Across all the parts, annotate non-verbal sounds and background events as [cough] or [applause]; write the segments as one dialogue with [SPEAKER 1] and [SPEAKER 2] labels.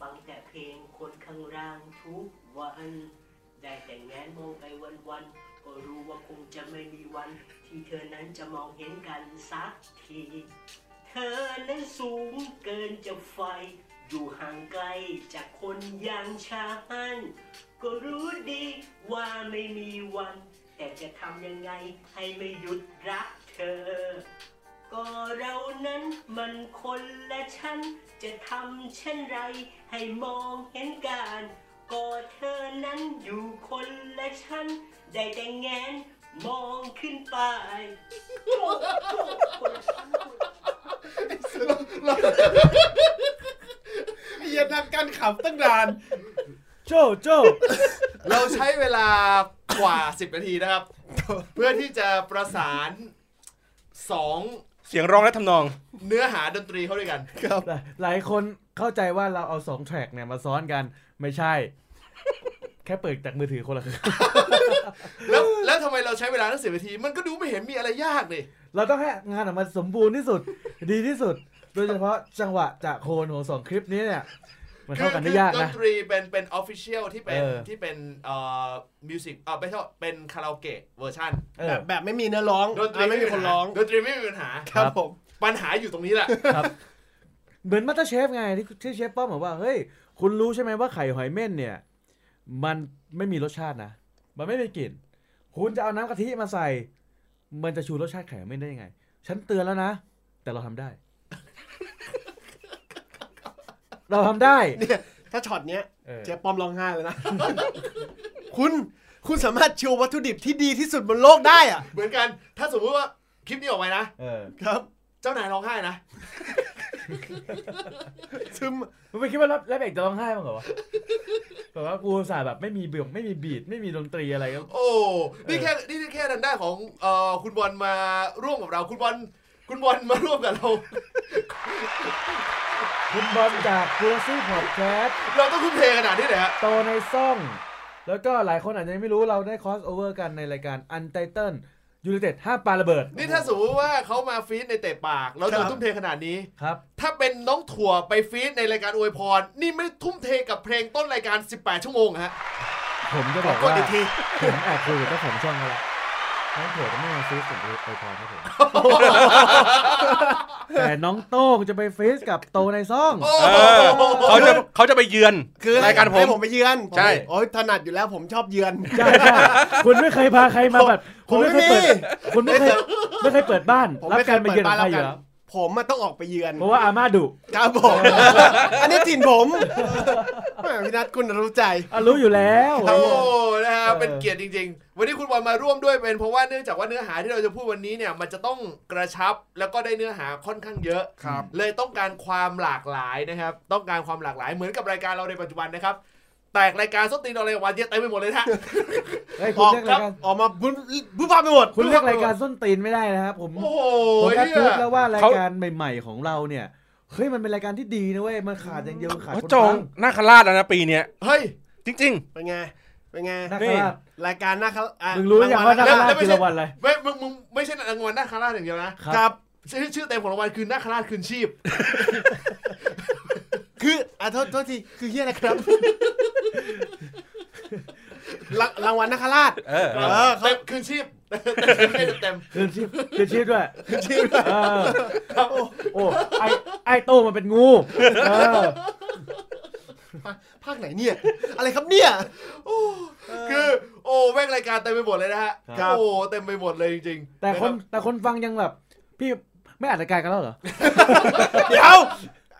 [SPEAKER 1] ฟังแต่เพลงคนข้างล่างทุกวัน ได้แต่แง้มมองไปวันๆ ก็รู้ว่าคงจะไม่มีวัน ที่เธอนั้นจะมองเห็นกันสักที เธอนั้นสูงเกินจะไฟ อยู่ห่างไกลจากคนอย่างฉันก็รู้ดีว่าไม่มีวัน แต่จะทำยังไงให้ไม่หยุดรักเธอ ก็เรานั้นมันคนและฉัน จะทำเช่นไร ให้มองเห็นการ ก็เธอนั้นอยู่คนและฉัน ได้แต่แงนมองขึ้นไป
[SPEAKER 2] เราเราเหี้ยนักการขับตั้งนาน
[SPEAKER 3] โจโจ
[SPEAKER 2] เราใช้เวลากว่า 10 นาทีนะครับ เพื่อที่จะประสาน 2
[SPEAKER 4] เสียงร้องและทำนอง
[SPEAKER 2] เนื้อหาดนตรีเข้าด้วยกัน
[SPEAKER 3] หลายหลายคนเข้าใจว่าเราเอาสองแทร็กเนี่ยมาซ้อนกันไม่ใช่ แค่เปิดจากมือถือคนละเครื่อง
[SPEAKER 2] แล้วแล้วทำไมเราใช้เวลาตั้งสินาที มันก็ดูไม่เห็นมีอะไรยากเลย
[SPEAKER 3] เราต้องให้งานออกมาสมบูรณ์ที่สุด ดีที่สุด โดยเฉพาะจังหวะจากโคนของสองคลิปนี้เนี่ยมันเข้ากันได้ยาก
[SPEAKER 2] ดน
[SPEAKER 3] นะ
[SPEAKER 2] ตรีเป็นเป็นออฟฟิเชียลที่เป็น
[SPEAKER 3] เออ
[SPEAKER 2] ที่เป็นเอ่อมิวสิกเอ่อไม่ใช่เป็นคาราโอเกะเวอร์ชัน
[SPEAKER 3] เอ
[SPEAKER 5] แบ
[SPEAKER 3] อ
[SPEAKER 5] บแบบไม่มีเนื้อร้อง
[SPEAKER 2] ดนตรี
[SPEAKER 5] อ่ะไม่มีคนร้อง
[SPEAKER 2] ดนตรีไม่มีปัญหา
[SPEAKER 5] ครับ
[SPEAKER 3] ครับ
[SPEAKER 5] ผม
[SPEAKER 2] ปัญหาอยู่ตรงนี้แหละ
[SPEAKER 3] เหมือนมัตเตอร์เชฟไงที่ที่เชฟป้อมบอกว่าเฮ้ยคุณรู้ใช่ไหมว่าไข่หอยเม่นเนี่ย มันไม่มีรสชาตินะ มันไม่มีกลิ่นคุณจะเอาน้ำกะทิมาใส่ มันจะชูรสชาติไข่หอยเม่นได้ยังไง ฉันเตือนแล้วนะ แต่เราทำได้ [laughs] เราทำได้
[SPEAKER 5] ถ้าช็อตเนี้ย
[SPEAKER 3] เออ
[SPEAKER 5] เจ๊ป้อมร้องไห้เลยนะ [laughs] คุณคุณสามารถชิววัตถุดิบที่ดีที่สุดบนโลกได้อ่ะ
[SPEAKER 2] เหมือนกัน ถ้าสมมติว่าคลิปนี้ออกไปนะ
[SPEAKER 3] เออ
[SPEAKER 5] ครับ
[SPEAKER 2] เจ้านายร้องไห้นะ
[SPEAKER 5] ซึม
[SPEAKER 3] มึงไม่คิดว่ารับรับเอกจะร้องไห้มั้างเหรอวะแบบว่ากูอุตสาห์แบบไม่มีเบียงไม่มีบีดไม่มีดนตรีอะไรก็
[SPEAKER 2] โอ้ นี่
[SPEAKER 3] เออ
[SPEAKER 2] แค่ นี่แค่ทางด้านของเอ่อคุณบอลมาร่วมกับเรา คุณบอล คุณบอล [laughs] มาร่วมกับเรา
[SPEAKER 3] คุณบอลจากกูซี่พอดแคส
[SPEAKER 2] เราต้องทุ่มเทขนาดนี้เลยฮะ
[SPEAKER 3] โตในซ่อง แล้วก็หลายคนอาจจะยังไม่รู้เราได้คอสโอเวอร์กันในรายการ Untitled United ห้ามปาระเบิด
[SPEAKER 2] นี่ถ้าสมมติว่าเขามาฟีดในเตะปาก เราจะทุ่มเทขนาดนี้
[SPEAKER 3] ครับ
[SPEAKER 2] ถ้าเป็นน้องถั่วไปฟีดในรายการอวยพร นี่ไม่ทุ่มเทกับเพลงต้นรายการ 18 ชั่วโมงฮะ
[SPEAKER 3] ผมจะบอก
[SPEAKER 5] กด
[SPEAKER 3] ว่า
[SPEAKER 5] อีกที
[SPEAKER 3] ผมแอบคุยกับเจ้าของช่องเขาแล้วน้องโถจะไม่มาฟีสกับไอพรครับผม แต่น้องโต้งจะไปฟีสกับโตในซ่อง
[SPEAKER 2] โอ้
[SPEAKER 4] เออเขาจะเขาจะไปเยือน
[SPEAKER 5] คือ
[SPEAKER 4] รายการผม
[SPEAKER 5] ให้ผมไปเยือน
[SPEAKER 4] ใช่
[SPEAKER 5] โอ้ยถนัดอยู่แล้วผมชอบเยือน
[SPEAKER 3] ใช่ใช่คุณไม่เคยพาใครมาแบบ คุณไม่เคยเปิด คุณไม่เคยไม่เคยเปิดบ้าน
[SPEAKER 5] ผม
[SPEAKER 3] รับ
[SPEAKER 5] ไม่เค
[SPEAKER 3] การ
[SPEAKER 5] ย
[SPEAKER 3] ไป
[SPEAKER 5] เปิด
[SPEAKER 3] เยือนขอ
[SPEAKER 5] บ้า
[SPEAKER 3] น งใครอ
[SPEAKER 5] แล้วกั
[SPEAKER 3] ยู่แล้
[SPEAKER 5] น
[SPEAKER 3] ว
[SPEAKER 5] ผมอะต้องออกไปเยือน
[SPEAKER 3] เพราะว่าอาม่าดุ
[SPEAKER 5] ครับผม อันนี้ถิ่น
[SPEAKER 3] [laughs]
[SPEAKER 5] ผมแหม่พี่นัทคุณรู้ใจ
[SPEAKER 3] อ่ะรู้อยู่แล้ว
[SPEAKER 2] โอ้นะฮะ
[SPEAKER 3] เออ
[SPEAKER 2] เป็นเกียรติจริง ๆ วันนี้คุณบอลมาร่วมด้วยเป็นเพราะว่าเนื่องจากว่าเนื้อหาที่เราจะพูดวันนี้เนี่ยมันจะต้องกระชับแล้วก็ได้เนื้อหาค่อนข้างเยอะ
[SPEAKER 5] ครับ
[SPEAKER 2] เลยต้องการความหลากหลายนะครับ ต้องการความหลากหลายเหมือนกับรายการเราในปัจจุบันนะครับ แตกรายการสตรีนอะไรวันเยอะเต็มไปหมดเลยนะ
[SPEAKER 3] เฮ้ย
[SPEAKER 5] อ
[SPEAKER 3] คุณ
[SPEAKER 5] อก
[SPEAKER 3] เรียก
[SPEAKER 5] ค
[SPEAKER 3] ราย
[SPEAKER 5] รับ
[SPEAKER 3] การ
[SPEAKER 5] ออกมาบุ้บุ้บ้าไปหมด
[SPEAKER 3] คุณเรียกรายการส้นตีนไม่ได้นะครับผม
[SPEAKER 2] โอ้โห
[SPEAKER 3] ผมแอบ
[SPEAKER 2] เนี่
[SPEAKER 3] คิด
[SPEAKER 2] ย
[SPEAKER 3] แล้วว่ารายการใหม่ ๆ ของเราเนี่ย เฮ้ย มันเป็นรายการที่ดีนะเว้ย มันขาดอย่างเดียวขาดคน
[SPEAKER 4] จอ
[SPEAKER 3] ฟั
[SPEAKER 4] ง
[SPEAKER 3] ง
[SPEAKER 4] หน้าคราดแล้วนะปีเนี้ย
[SPEAKER 2] เฮ้ย
[SPEAKER 4] จริง
[SPEAKER 5] เป็นไง เป็นไง
[SPEAKER 3] นัก
[SPEAKER 4] นี่
[SPEAKER 3] ราช
[SPEAKER 5] รายการหน้าเขาอ่ะ
[SPEAKER 3] มึงรู้อย่างว่านัก
[SPEAKER 5] ง
[SPEAKER 3] ราชคือรางวัลอะไร
[SPEAKER 2] ไม่มึงมึงไม่ใช่รางวัลหน้าคาราดอย่างเดียวนะ
[SPEAKER 5] ครับ
[SPEAKER 2] ชื่อชื่อเต็มของรางวัลคือหน้าคาราดคืนชีพ
[SPEAKER 5] คืออ่ะโทษโทษที คือเฮียอะไรครับ รางรางวัลนาคราช
[SPEAKER 4] ๆ เออ
[SPEAKER 5] เออเขา
[SPEAKER 2] เต็มคืนชี
[SPEAKER 3] [laughs]
[SPEAKER 2] พเต็มเต็ม
[SPEAKER 3] คืนชีพคืนชีพด้วย
[SPEAKER 5] คือชีพ
[SPEAKER 3] เออโอ้ไอไอโต้มันเป็นงู เออ
[SPEAKER 5] ภาคไหนเนี่ย อะไรครับเนี่ย
[SPEAKER 2] คือโอ้แม่งรายการเต็มไปหมดเลยนะฮะ
[SPEAKER 5] ครับ
[SPEAKER 2] โอ้เต็มไปหมดเลยจริงๆ
[SPEAKER 3] แต่คน
[SPEAKER 2] รับ
[SPEAKER 3] แต่คนฟังยังแบบ พี่ไม่อ่านรายการกันแล้วเหรอ
[SPEAKER 5] เดี๋ยว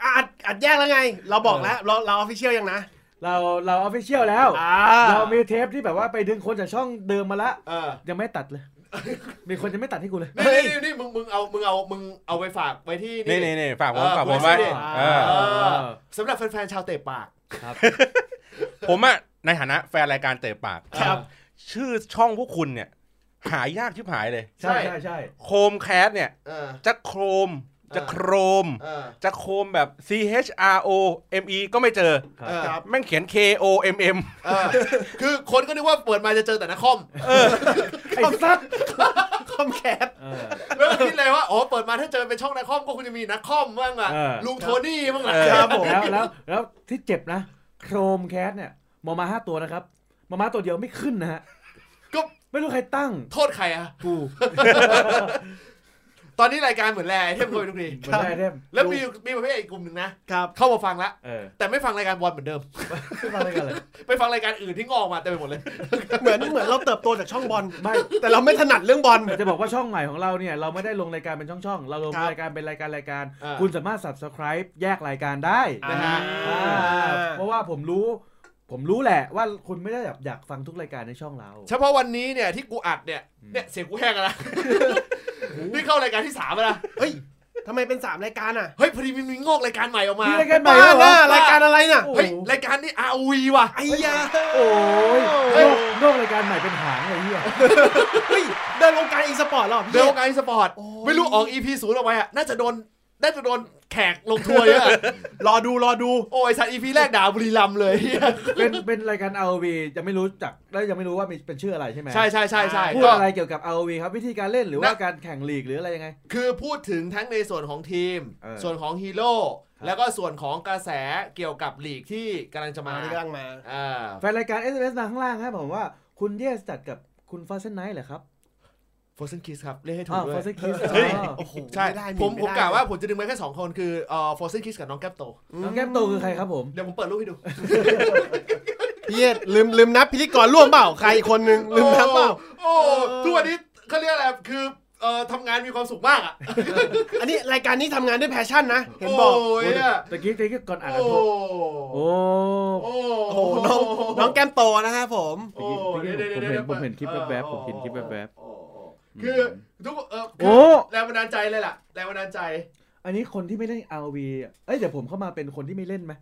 [SPEAKER 5] อัดอัดแยกแล้วไง เราบอกแล้ว เราเราออฟฟิเชียลยังนะ
[SPEAKER 3] เราเราออฟฟิเชียลแล้ว
[SPEAKER 5] อ่
[SPEAKER 3] เรามีเทปที่แบบว่าไปดึงคนจากช่องเดิมมาละ
[SPEAKER 2] เออ
[SPEAKER 3] ยังไม่ตัดเลย มีคนยังไม่ตัดให้กูเลย
[SPEAKER 2] นี่นี่นี่มึงมึงเอามึงเอามึงเอาไปฝากไว้ที่
[SPEAKER 4] นี่นี่นี่ฝากผม
[SPEAKER 2] เออ
[SPEAKER 4] ฝาก
[SPEAKER 2] คุ
[SPEAKER 4] ผ
[SPEAKER 2] ณ
[SPEAKER 4] มไว้
[SPEAKER 2] สิ
[SPEAKER 4] เออ
[SPEAKER 2] เออสำหรับแฟนๆชาวเตะปาก
[SPEAKER 4] ผมอะในฐานะแฟนรายการเตะปาก
[SPEAKER 5] ครับ
[SPEAKER 4] ชื่อช่องพวกคุณเนี่ย หายากชิบหายเลย
[SPEAKER 3] ใช่ใช่ใช่
[SPEAKER 4] โคมแคสเนี่ย
[SPEAKER 2] เออ
[SPEAKER 4] จะโครม จะโครม
[SPEAKER 2] เออ
[SPEAKER 4] จะโครมแบบ C H R O M E ก็ไม่เจอ
[SPEAKER 3] ครับ
[SPEAKER 2] เออ
[SPEAKER 5] ครับ
[SPEAKER 4] แม่งเขียน K O M M
[SPEAKER 2] เออคือคนก็นึกว่าเปิดมาจะเจอแต่นักคอม
[SPEAKER 3] ไอ้ซัด
[SPEAKER 5] คอมแคส
[SPEAKER 3] เออ
[SPEAKER 2] แล้วก็คิดเลยว่าอ๋อเปิดมาถ้าเจอเป็นช่องนักคอมก็คงจะมีนักคอมบ้างล่ะ
[SPEAKER 3] เออ
[SPEAKER 2] ลุงโทนี่บ้างล่ะ
[SPEAKER 5] ครับผม
[SPEAKER 3] แล้วแล้วแล้วที่เจ็บนะ โครมแคสเนี่ยมอมาห้าตัวนะครับมอมาตัวเดียวไม่ขึ้นนะฮะ
[SPEAKER 2] ก็
[SPEAKER 3] ไม่รู้ใครตั้ง
[SPEAKER 2] โทษใครอะ
[SPEAKER 3] กู
[SPEAKER 2] ตอนนี้รายการเหมือนแลเทพโกยทุกที
[SPEAKER 3] เหมือนได้เทม
[SPEAKER 2] แล้วมีมีประเภทอีกกลุ่มหนึ่งนะครับ เข้ามาฟังละ
[SPEAKER 3] เออ
[SPEAKER 2] แต่ไม่ฟังรายการบอลเหมือนเดิม
[SPEAKER 3] ไม่ฟังอะไรกันเลย
[SPEAKER 2] ไปฟังรายการอื่นที่งอกมาเต็มไปหมดเลย
[SPEAKER 5] เหมือนเหมือนเราเติบโตจากช่องบอล
[SPEAKER 3] ไม่
[SPEAKER 5] แต่เราไม่ถนัดเรื่องบอล
[SPEAKER 3] แต่จะบอกว่าช่องใหม่ของเราเนี่ย เราไม่ได้ลงรายการเป็นช่องๆ เราลง
[SPEAKER 5] ครับ
[SPEAKER 3] รายการเป็นรายการรายการ
[SPEAKER 2] อ่า
[SPEAKER 3] คุณสามารถ subscribe แยกรายการได้
[SPEAKER 2] นะฮะ
[SPEAKER 3] อ่าเพราะว่าผมรู้ ผมรู้แหละว่าคุณไม่ได้แบบอยากฟังทุกรายการในช่องเรา
[SPEAKER 2] เฉพาะวันนี้เนี่ยที่กูอัดเนี่ยเนี่ยเสียงกูแห้งแล้ว
[SPEAKER 3] [laughs]
[SPEAKER 2] นะนี่เข้ารายการที่สามแล้วนะ
[SPEAKER 5] เฮ้ยทำไมเป็นสามรายการอ่ะ
[SPEAKER 2] เฮ้ยพอดีมันมีงอกรายการใหม่ออกมา
[SPEAKER 3] มีรายการใหม่
[SPEAKER 5] บ้า
[SPEAKER 3] ด้วยเหรอ
[SPEAKER 5] น่ะรายการอะไรน่ะ
[SPEAKER 3] โอ้โห
[SPEAKER 2] เฮ้ยรายการนี้ ROV ว่ะ
[SPEAKER 5] ไอ้ยา
[SPEAKER 3] โอ้ย
[SPEAKER 2] เฮ้ย
[SPEAKER 3] โลกโลกรายการใหม่เป็นหางเลยเฮีย
[SPEAKER 5] เฮ้ยเดินวงการอีสปอร์ตหรอพี่
[SPEAKER 2] เดลไกสปอร์ต
[SPEAKER 5] โอ้ย
[SPEAKER 2] ไม่รู้ออก EP ศูนย์ออกไปอ่ะน่าจะโดนน่าจะโดนแขกลงทัวร์เยอะอะ
[SPEAKER 3] [laughs]
[SPEAKER 5] รอดูรอดู
[SPEAKER 2] โอ้ยสัตว์ EP แรกด่าบุรีรัมย์ [laughs] เลย
[SPEAKER 3] เป็นเป็นรายการ ROV ยังไม่รู้จักและยังไม่รู้ว่ามีเป็นชื่ออะไรใช่ไหม
[SPEAKER 2] ใช่ใช่ใช่ใช่
[SPEAKER 3] พูด
[SPEAKER 2] ก็
[SPEAKER 3] อะไรเกี่ยวกับ ROV ครับวิธีการเล่นหรือว่าการแข่งลีกหรืออะไรยังไง
[SPEAKER 2] คือพูดถึงทั้งในส่วนของทีม
[SPEAKER 3] เออ
[SPEAKER 2] ส่วนของฮีโร่
[SPEAKER 3] ครับ
[SPEAKER 2] แล้วก็ส่วนของกระแสเกี่ยวกับลีกที่กำลังจะ
[SPEAKER 5] มา
[SPEAKER 2] มา
[SPEAKER 5] ที่กำลังมา
[SPEAKER 2] อ่า
[SPEAKER 3] แฟนรายการ SMS มาข้างล่างครับผมว่าคุณเยสจัดกับคุณฟาสเซนไนท์เหรอครับ
[SPEAKER 2] โฟร์เซนคิสครับเรียกให้ถู
[SPEAKER 3] อ๋
[SPEAKER 2] ก
[SPEAKER 3] อ
[SPEAKER 2] ด้ว
[SPEAKER 3] ฟาย สเซนคิส
[SPEAKER 5] เฮ้ย โอ้โห
[SPEAKER 2] ใช่
[SPEAKER 5] ไได้
[SPEAKER 2] ผม
[SPEAKER 5] ไได้
[SPEAKER 2] ผมกล่าวว่าผมจะดึงมาแค่ 2 คนคือเอ่อฟอร์เซนคิสกับน้องแก้มโต
[SPEAKER 3] น้องแก้มโตคือใครครับผม
[SPEAKER 2] เดี๋ยวผมเปิดรูปให้ดู
[SPEAKER 5] เฮียลืมลืมนับพิธีกรร่วมเปล่าใครอีกคนนึงลืมนับเปล่า
[SPEAKER 2] โอ้โอ้
[SPEAKER 5] เออ
[SPEAKER 2] ทุกวันนี้เขาเรียกอะไรคือเอ่อทำงานมีความสุขมากอ่ะ
[SPEAKER 5] อันนี้รายการนี้ทำงานด้วยแพชชั่นนะ เห็น
[SPEAKER 2] โอ้
[SPEAKER 5] บอก
[SPEAKER 2] ยอะ
[SPEAKER 3] ตะกี้ตะกี้ก่อนอ่าน
[SPEAKER 2] โอ้
[SPEAKER 3] นะโอ้
[SPEAKER 2] โอ้
[SPEAKER 5] โอ้โหน้องน้องแก้มโตนะฮะผม
[SPEAKER 2] โอ้
[SPEAKER 3] เมื่อกี้
[SPEAKER 2] ดี๋ยวดี๋ยวดี๋ยว
[SPEAKER 3] ผมเห็นผมเห็นคลิป
[SPEAKER 2] ปิด
[SPEAKER 3] แว๊บๆ
[SPEAKER 2] ออ
[SPEAKER 3] ผมเห็นคลิปแว๊บ
[SPEAKER 2] โอ้โอ้คือทุกเออคื
[SPEAKER 3] โอ้
[SPEAKER 2] แรงบันดาลใจเลยล่ะแรงบันดาลใจ
[SPEAKER 3] อันนี้คนที่ไม่เล่น RV อะเอ้ยเดี๋ยวผมเข้ามาเป็นคนที่ไม่เล่นไหม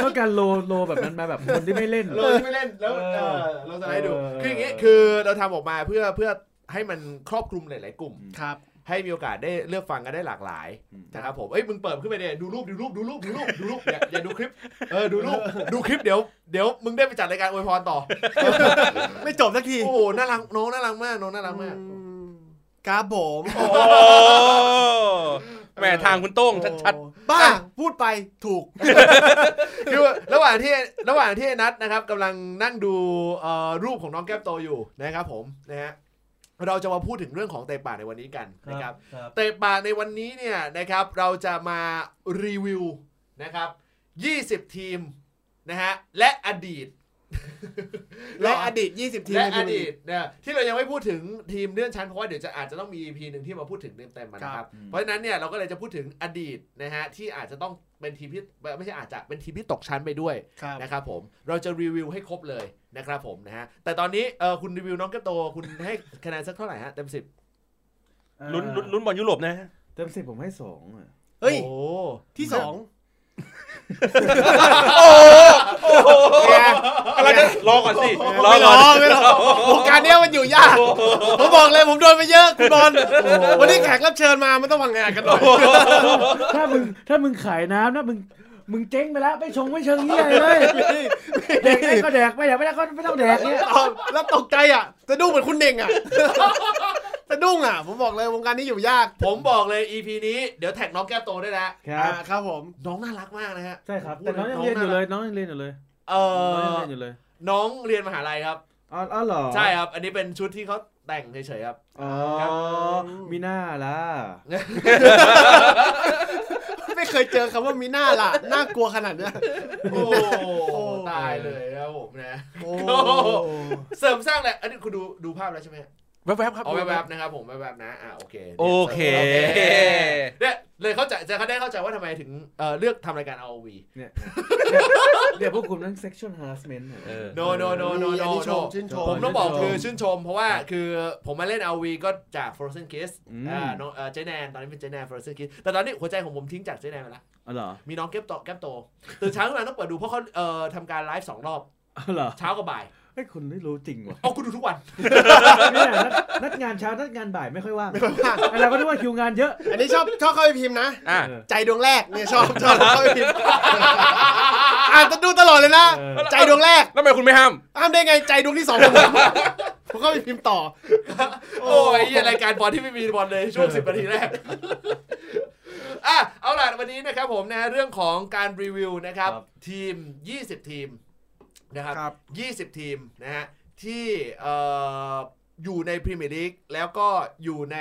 [SPEAKER 3] เพราะการโลโลแบบนั้นมาแบบคนที่ไม่เล่น
[SPEAKER 2] เราที่ไม่เล่นแล้ว
[SPEAKER 3] เออ
[SPEAKER 2] เออเราจะให้ดู
[SPEAKER 3] เออ
[SPEAKER 2] คืออย่างงี้คือเราทำออกมาเพื่อเพื่อให้มันครอบคลุมหลาย ๆ กลุ่ม
[SPEAKER 5] ครับ
[SPEAKER 2] ให้มีโอกาสได้เลือกฟังกันได้หลากหลาย
[SPEAKER 3] อืม
[SPEAKER 2] นะครับผมเอ้ยมึงเปิดขึ้นไปเนี่ยดูรูปดูรูปดูรูปดูรูปดูรูปอย่าอย่าดูคลิปเออดูรูปดูคลิปเดี๋ยวเดี๋ยวมึงได้ไปจัดรายการอวยพรต่อ
[SPEAKER 5] ไม่จบสักที
[SPEAKER 2] โอ้โหน่ารักน้องน่ารักมากน้องน่ารักมาก
[SPEAKER 5] อืมครับผม
[SPEAKER 4] โอ้แหม่ทางคุณโต้งชัด
[SPEAKER 5] บ้า พูดไปถูก
[SPEAKER 2] คือระหว่างที่ระหว่างที่ไอ้นัทนะครับกำลังนั่งดูเอ่อรูปของน้องแก้มโตอยู่นะครับผมนะฮะเราจะมาพูดถึงเรื่องของเตะป่าในวันนี้กันนะครับ เตะปากในวันนี้เนี่ยนะครับเราจะมารีวิวนะครับ 20 ทีมนะฮะและอดีต
[SPEAKER 5] และอดีต 20 ทีม
[SPEAKER 2] และอ
[SPEAKER 5] ใน
[SPEAKER 2] ดี
[SPEAKER 5] ทีม
[SPEAKER 2] ตเนี่ยที่เรายังไม่พูดถึงทีมเลื่อนชั้นเพราะว่าเดี๋ยวจะอาจจะต้องมี EP หนึ่งที่มาพูดถึงเต็มๆมานะค
[SPEAKER 5] ครั
[SPEAKER 2] รับ
[SPEAKER 5] บ
[SPEAKER 2] เพราะฉะนั้นเนี่ยเราก็เลยจะพูดถึงอดีตนะฮะที่อาจจะต้องเป็นทีมที่ไม่ใช่อาจจะเป็นทีมที่ตกชั้นไปด้วย
[SPEAKER 5] ครับ
[SPEAKER 2] นะครับผมเราจะรีวิวให้ครบเลยนะครับผมนะฮะแต่ตอนนี้เออคุณรีวิวน้องกระโตคุณให้คะแนนสักเท่าไหร่ฮะเต็มสิบ
[SPEAKER 3] อ่า
[SPEAKER 4] ๆ ลุ้นลุ้นลุ้นบอลยุโรปนะฮะ
[SPEAKER 3] เต็มสิบผมให้สองอะ
[SPEAKER 5] เฮ้ย
[SPEAKER 2] โอ้
[SPEAKER 5] ที่สอง
[SPEAKER 4] อะไรนะรอก่อนสิ รอ
[SPEAKER 5] ไม่ร
[SPEAKER 4] ก่อ
[SPEAKER 5] อน ไม่รอวงการเนี้ยมันอยู่ยาก ผมบอกเลยผมโดนไปเยอะ คุณบอลวันนี้แขกรับเชิญมา มันต้องวางงานกันหน่อย
[SPEAKER 3] ถ้ามึงถ้ามึงขายน้ำนะมึงมึงเจ๊งไปแล้วไม่ชงไม่เชิงเฮียอะไรเลยแดกได้ก็แดกไม่แดกไม่ได้ก็ไม่ต้องแดกเนี่ย
[SPEAKER 5] เอาแล้วตกใจอ่ะสะดุ้งเหมือนคุณเน่งอ่ะสะดุ้งอ่ะ ผมบอกเลยวงการนี้อยู่ยาก
[SPEAKER 2] ผมบอกเลย EP นี้เดี๋ยวแท็กน้องแก้มโตด้วยนะ
[SPEAKER 3] ครับ
[SPEAKER 5] อ่าครับผม
[SPEAKER 2] น้องน่ารักมากนะฮะ
[SPEAKER 3] ใช่ครับแต่น้องยังเรียนอยู่เลยน้องยังเรียนอยู่เลย
[SPEAKER 2] เอ
[SPEAKER 3] น้อง
[SPEAKER 2] อ
[SPEAKER 3] ยังเรียนอยู่เลย
[SPEAKER 2] น้องเรียนมหาลัยครับ
[SPEAKER 3] อ๋ออ๋อเหรอ
[SPEAKER 2] ใช่ครับ อันนี้เป็นชุดที่เขาแต่งเฉยๆครับ
[SPEAKER 3] อ๋อมีหน้าล่ะ
[SPEAKER 5] ไม่เคยเจอคำว่ามีหน้าล่ะน่ากลัวขนาดเนี้ย
[SPEAKER 2] โอ้โหตายเลยครับผมนะ
[SPEAKER 5] โอ้
[SPEAKER 2] เสริมสร้างแหละอันนี้คุณดูดูภาพแล้วใช่ไหม
[SPEAKER 4] แวบๆครับ
[SPEAKER 2] เอาแวบๆนะครับผมแวบๆนะอ่าโอเค
[SPEAKER 4] โอเค
[SPEAKER 2] เนี่ยเลยเข้าใจจะเขาได้เข้าใจว่าทำไมถึงเอ่อเลือกทำรายการ ROV
[SPEAKER 3] เนี่ย เดี๋ยวพวกคุณนั่ง sexual harassment เหรอ
[SPEAKER 4] เออ
[SPEAKER 2] no no no
[SPEAKER 5] อัน
[SPEAKER 2] no
[SPEAKER 5] นี้
[SPEAKER 2] no
[SPEAKER 5] ช
[SPEAKER 2] no
[SPEAKER 5] มชื่นชม
[SPEAKER 2] ผมต้องบอก
[SPEAKER 3] ชื่นชม
[SPEAKER 2] คือชื่นชม เพราะว่าคือผมมาเล่น RV ก็จาก Frozen Kiss
[SPEAKER 3] อืม
[SPEAKER 2] อ่าน้องเอ่อเจแนนตอนนี้เป็นเจแนน Frozen Kiss แต่ตอนนี้หัวใจของผมทิ้งจากเจแนนไปละ
[SPEAKER 3] อ๋อเหรอ
[SPEAKER 2] มีน้องเก็บโตแก้มโตตื่นเช้าขึ้นมาต้องเปิดดูเพราะเขาเอ่อทำการไลฟ์สองรอบ
[SPEAKER 3] อ๋อเหรอ
[SPEAKER 2] เช้ากับบ่าย
[SPEAKER 3] ไอ้ยคุณไม่รู้จริงว่ะ
[SPEAKER 2] เอาคุณดูทุกวัน
[SPEAKER 3] เนี่ยนัดนัดงานเช้านัดงานบ่ายไม่ค่อยว่าง
[SPEAKER 5] ไม่ค่อยว่าง
[SPEAKER 3] ไอ้เราก็นึกว่าคิวงานเยอะ
[SPEAKER 5] อันนี้ชอบชอบเข้าไปพิมพ์นะ
[SPEAKER 4] อ่ะ
[SPEAKER 3] เออ
[SPEAKER 5] ใจดวงแรกเนี่ย [laughs] ชอบชอบเข้าไปพิมพ์อ่านตะดูตลอดเลยนะ
[SPEAKER 3] เออ
[SPEAKER 5] ใจดวงแรก
[SPEAKER 4] แล้วทำไมคุณไม่ห้าม
[SPEAKER 5] [laughs] อ้ามได้ไงใจดวงที่สองของผม ผมก็ไปพิมพ์ต่อ
[SPEAKER 2] โอ้ยไอ้เหี้ยรายการบอลที่ไม่มีบอลเลยช่วงสิบนาทีแรก อ่ะเอาล่ะวันนี้นะครับผมนะเรื่องของการรีวิวนะครับ
[SPEAKER 3] ครับ
[SPEAKER 2] ทีม 20 ทีมนะครั
[SPEAKER 5] ครับ
[SPEAKER 2] บ 20 ทีมนะฮะที่เอ่ออยู่ในพรีเมียร์ลีกแล้วก็อยู่ใน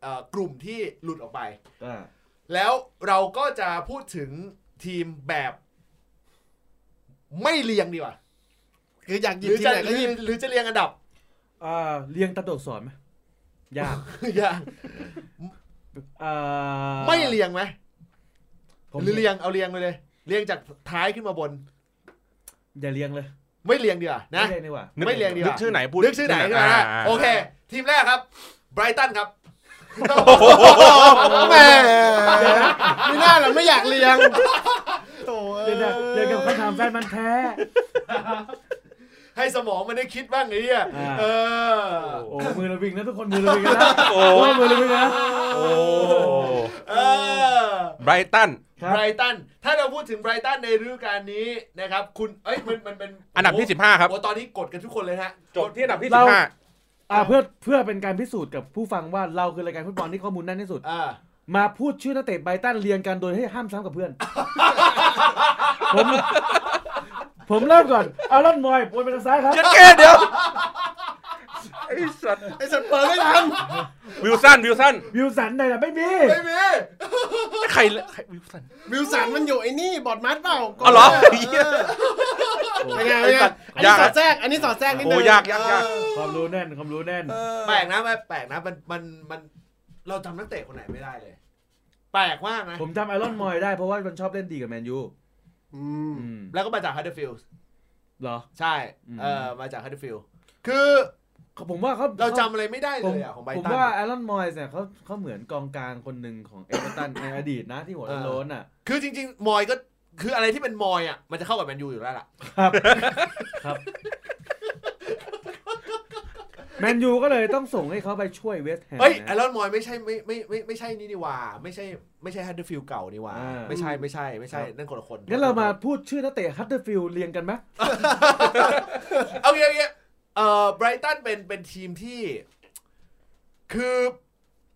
[SPEAKER 2] เอ่อกลุ่มที่หลุดออกไป
[SPEAKER 3] อ่า
[SPEAKER 2] แล้วเราก็จะพูดถึงทีมแบบ ไม่เรียงดีกว่า
[SPEAKER 5] คืออยากห
[SPEAKER 2] ห
[SPEAKER 5] ยิบ
[SPEAKER 2] รือ
[SPEAKER 5] ที่
[SPEAKER 2] จะ
[SPEAKER 5] ไหน
[SPEAKER 2] ห
[SPEAKER 5] ก็
[SPEAKER 2] รือ
[SPEAKER 5] หยิบ
[SPEAKER 2] หรือจะเรียงอันดับ
[SPEAKER 3] อ่าเรียงตามตัวอักษรไหมยาก
[SPEAKER 2] [laughs] อย่า
[SPEAKER 3] อ่า
[SPEAKER 2] ไม่เรียงไหม
[SPEAKER 3] ผม
[SPEAKER 2] หรือเรียงเอาเรียงไปเลย เรียงจากท้ายขึ้นมาบน
[SPEAKER 3] อย่าเรียงเลย
[SPEAKER 2] ไม่เรียงดีกว่านะ
[SPEAKER 3] ไม่เรียงดีกว่า
[SPEAKER 2] ไม่เรียงดีก
[SPEAKER 4] นึก
[SPEAKER 2] ว่า
[SPEAKER 4] ชื่อไหนพูด
[SPEAKER 2] นึกชื่อไหนขึ้นมา
[SPEAKER 4] า
[SPEAKER 2] นะ
[SPEAKER 4] า
[SPEAKER 2] โอเค ทีมแรกครับไบรตันครับ
[SPEAKER 5] แหมไม่น่าหรอกไม่อยากเลี้ยงโถ่เอ้
[SPEAKER 3] เรียนกับเรียนกับ
[SPEAKER 5] ย
[SPEAKER 3] คำถามแฟนมันธุ์แท้
[SPEAKER 2] ให้สมองมันได้คิดบ้างไอ้เนี่ย
[SPEAKER 3] อ่า
[SPEAKER 2] เออ
[SPEAKER 3] โอ้มือระวิงนะทุกคนมือระวิงกันนะ
[SPEAKER 4] โอ้
[SPEAKER 3] โอ้มือระวิงนะ
[SPEAKER 4] โอ้
[SPEAKER 2] เออ
[SPEAKER 4] ไบรตัน
[SPEAKER 3] ครับ
[SPEAKER 2] ไบรตัน ถ้าเราพูดถึงไบรตันในฤดูกาลนี้นะครับ คุณเอ้ยมันมันเป็น
[SPEAKER 4] อันดับที่ 15 ครับ
[SPEAKER 2] โอ้ตอนนี้กดกันทุกคนเลยนะฮะ
[SPEAKER 4] จบที่อันดับที่
[SPEAKER 3] อ่าเพื่อเพื่อเป็นการพิสูจน์กับผู้ฟังว่าเราคือรายการฟุตบอลที่ข้อมูลแน่นที่สุด
[SPEAKER 2] อ่า
[SPEAKER 3] มาพูดชื่อนักเตะไบรตันเรียงกันโดยให้ห้ามซ้ำกับเพื่อน ผมผมเริ่มก่อนเอาลอนมอยโอนไปทางซ้ายครับ
[SPEAKER 4] 15เจ็ดเกเดี๋ยวไอ้สัตว์
[SPEAKER 5] ไอ้สัตว์เปิดไม่ทัน
[SPEAKER 4] วิลสันวิลสัน
[SPEAKER 3] วิลสันไหนล่ะไม่มี
[SPEAKER 2] ไม่มี
[SPEAKER 4] ใครใครวิลสัน
[SPEAKER 5] วิลสันมันอยู่ไอ้นี่บอดมัดเปล่า
[SPEAKER 4] อ๋อเหรอ
[SPEAKER 5] เป็นไงเป็นไงอันนี้
[SPEAKER 4] ยาก
[SPEAKER 5] สอ
[SPEAKER 4] อะ
[SPEAKER 5] ดแทรกอันนี้สอดแทรกนิดนึง
[SPEAKER 4] โอ้ยากยากยาก
[SPEAKER 3] ความรู้แน่นความรู้แน่น
[SPEAKER 5] เออ
[SPEAKER 2] แปลกนะแปลกนะมันมันมันเราจำนักเตะคนไหนไม่ได้เลย แปลกมากนะ
[SPEAKER 3] ผมจำไอรอนมอยได้เพราะว่ามันชอบเล่นดีกับแมนยู
[SPEAKER 5] อืม
[SPEAKER 3] อืม
[SPEAKER 2] แล้วก็มาจากฮัตเตอร์ฟิลด์
[SPEAKER 3] เหรอ
[SPEAKER 2] ใช่
[SPEAKER 3] อืม
[SPEAKER 2] เออมาจากฮัตเตอร์ฟิลด์คือ
[SPEAKER 3] ผมว่าเขา
[SPEAKER 2] เราจำอะไรไม่ได้เลยอ่ะของไบร
[SPEAKER 3] ผม
[SPEAKER 2] ตัน
[SPEAKER 3] ว่าแอรอนมอยส์เนี่ยเขาเขาเหมือนกองกลางคนหนึ่งของเอเวอร์ตัน ในอดีตนะที่หัว
[SPEAKER 2] เออ
[SPEAKER 3] โล้นอ่ะ
[SPEAKER 2] คือจริง ๆ มอยก็คืออะไรที่เป็นมอยอ่ะมันจะเข้ากับแมนยูอยู่แล้วล่ะ
[SPEAKER 3] ครับ ครับแมนยูก็เลยต้องส่งให้เขาไปช่วยเวสต์แฮม
[SPEAKER 2] เฮ้ยไอ
[SPEAKER 3] นะ
[SPEAKER 2] รอนมอยไม่ใช่ไม่ไม่ไม่ไม่ใช่นี่นี่หว่า ไม่ใช่ไม่ใช่ฮัตเตอร์ฟิลด์เก่านี่หว่า
[SPEAKER 3] อ่า
[SPEAKER 2] ไม่ใช่ไม่ใช่ไม่ใช่
[SPEAKER 5] ครับ
[SPEAKER 2] นั่นคนละคน
[SPEAKER 3] งั้นเรามาพูดชื่อนักเตะฮัตเตอร์ฟิลด์เรียงกันไหม
[SPEAKER 2] เอาอย่างเงี้ยเอ่อไบรตันเป็นเป็นทีมที่ คือ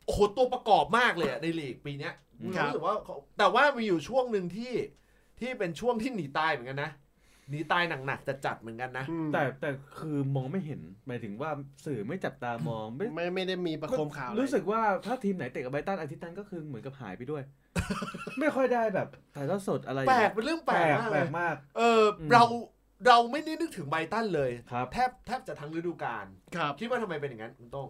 [SPEAKER 2] โอ้โหตัวประกอบมากเลยอะในลีกปีเนี้ย
[SPEAKER 5] ครับ
[SPEAKER 2] รู้สึกว่าเขาแต่ว่ามีอยู่ช่วงหนึ่งที่ที่เป็นช่วงที่หนีตายเหมือนกันนะหนีตายหนักๆจะจัดๆเหมือนกันนะ
[SPEAKER 3] แต่แต่คือมองไม่เห็นหมายถึงว่าสื่อไม่จับตามองไม่
[SPEAKER 5] ไม่ไม่ได้มีประโคมข่าวอะไร
[SPEAKER 3] รู้สึกว่าถ้าทีมไหนเตะกับไบรตันอาทิตย์นั้นก็คือเหมือนกับหายไป
[SPEAKER 2] [laughs]
[SPEAKER 3] ด้วย ไม่ค่อยได้แบบถ่ายทอดสดอะไร
[SPEAKER 2] แปลกเป็นเรื่องแปลกมาก
[SPEAKER 3] แป
[SPEAKER 2] เล
[SPEAKER 3] ล
[SPEAKER 2] ย
[SPEAKER 3] กมาก
[SPEAKER 2] เอออ
[SPEAKER 3] ม
[SPEAKER 2] เราเราไม่ได้นึกถึงไบรตันเลย
[SPEAKER 3] ครับ
[SPEAKER 2] แทบแทบจะทั้งฤดูกาล
[SPEAKER 5] ครับ
[SPEAKER 2] คิดว่าทำไมเป็นอย่างนั้นคุณโต้ง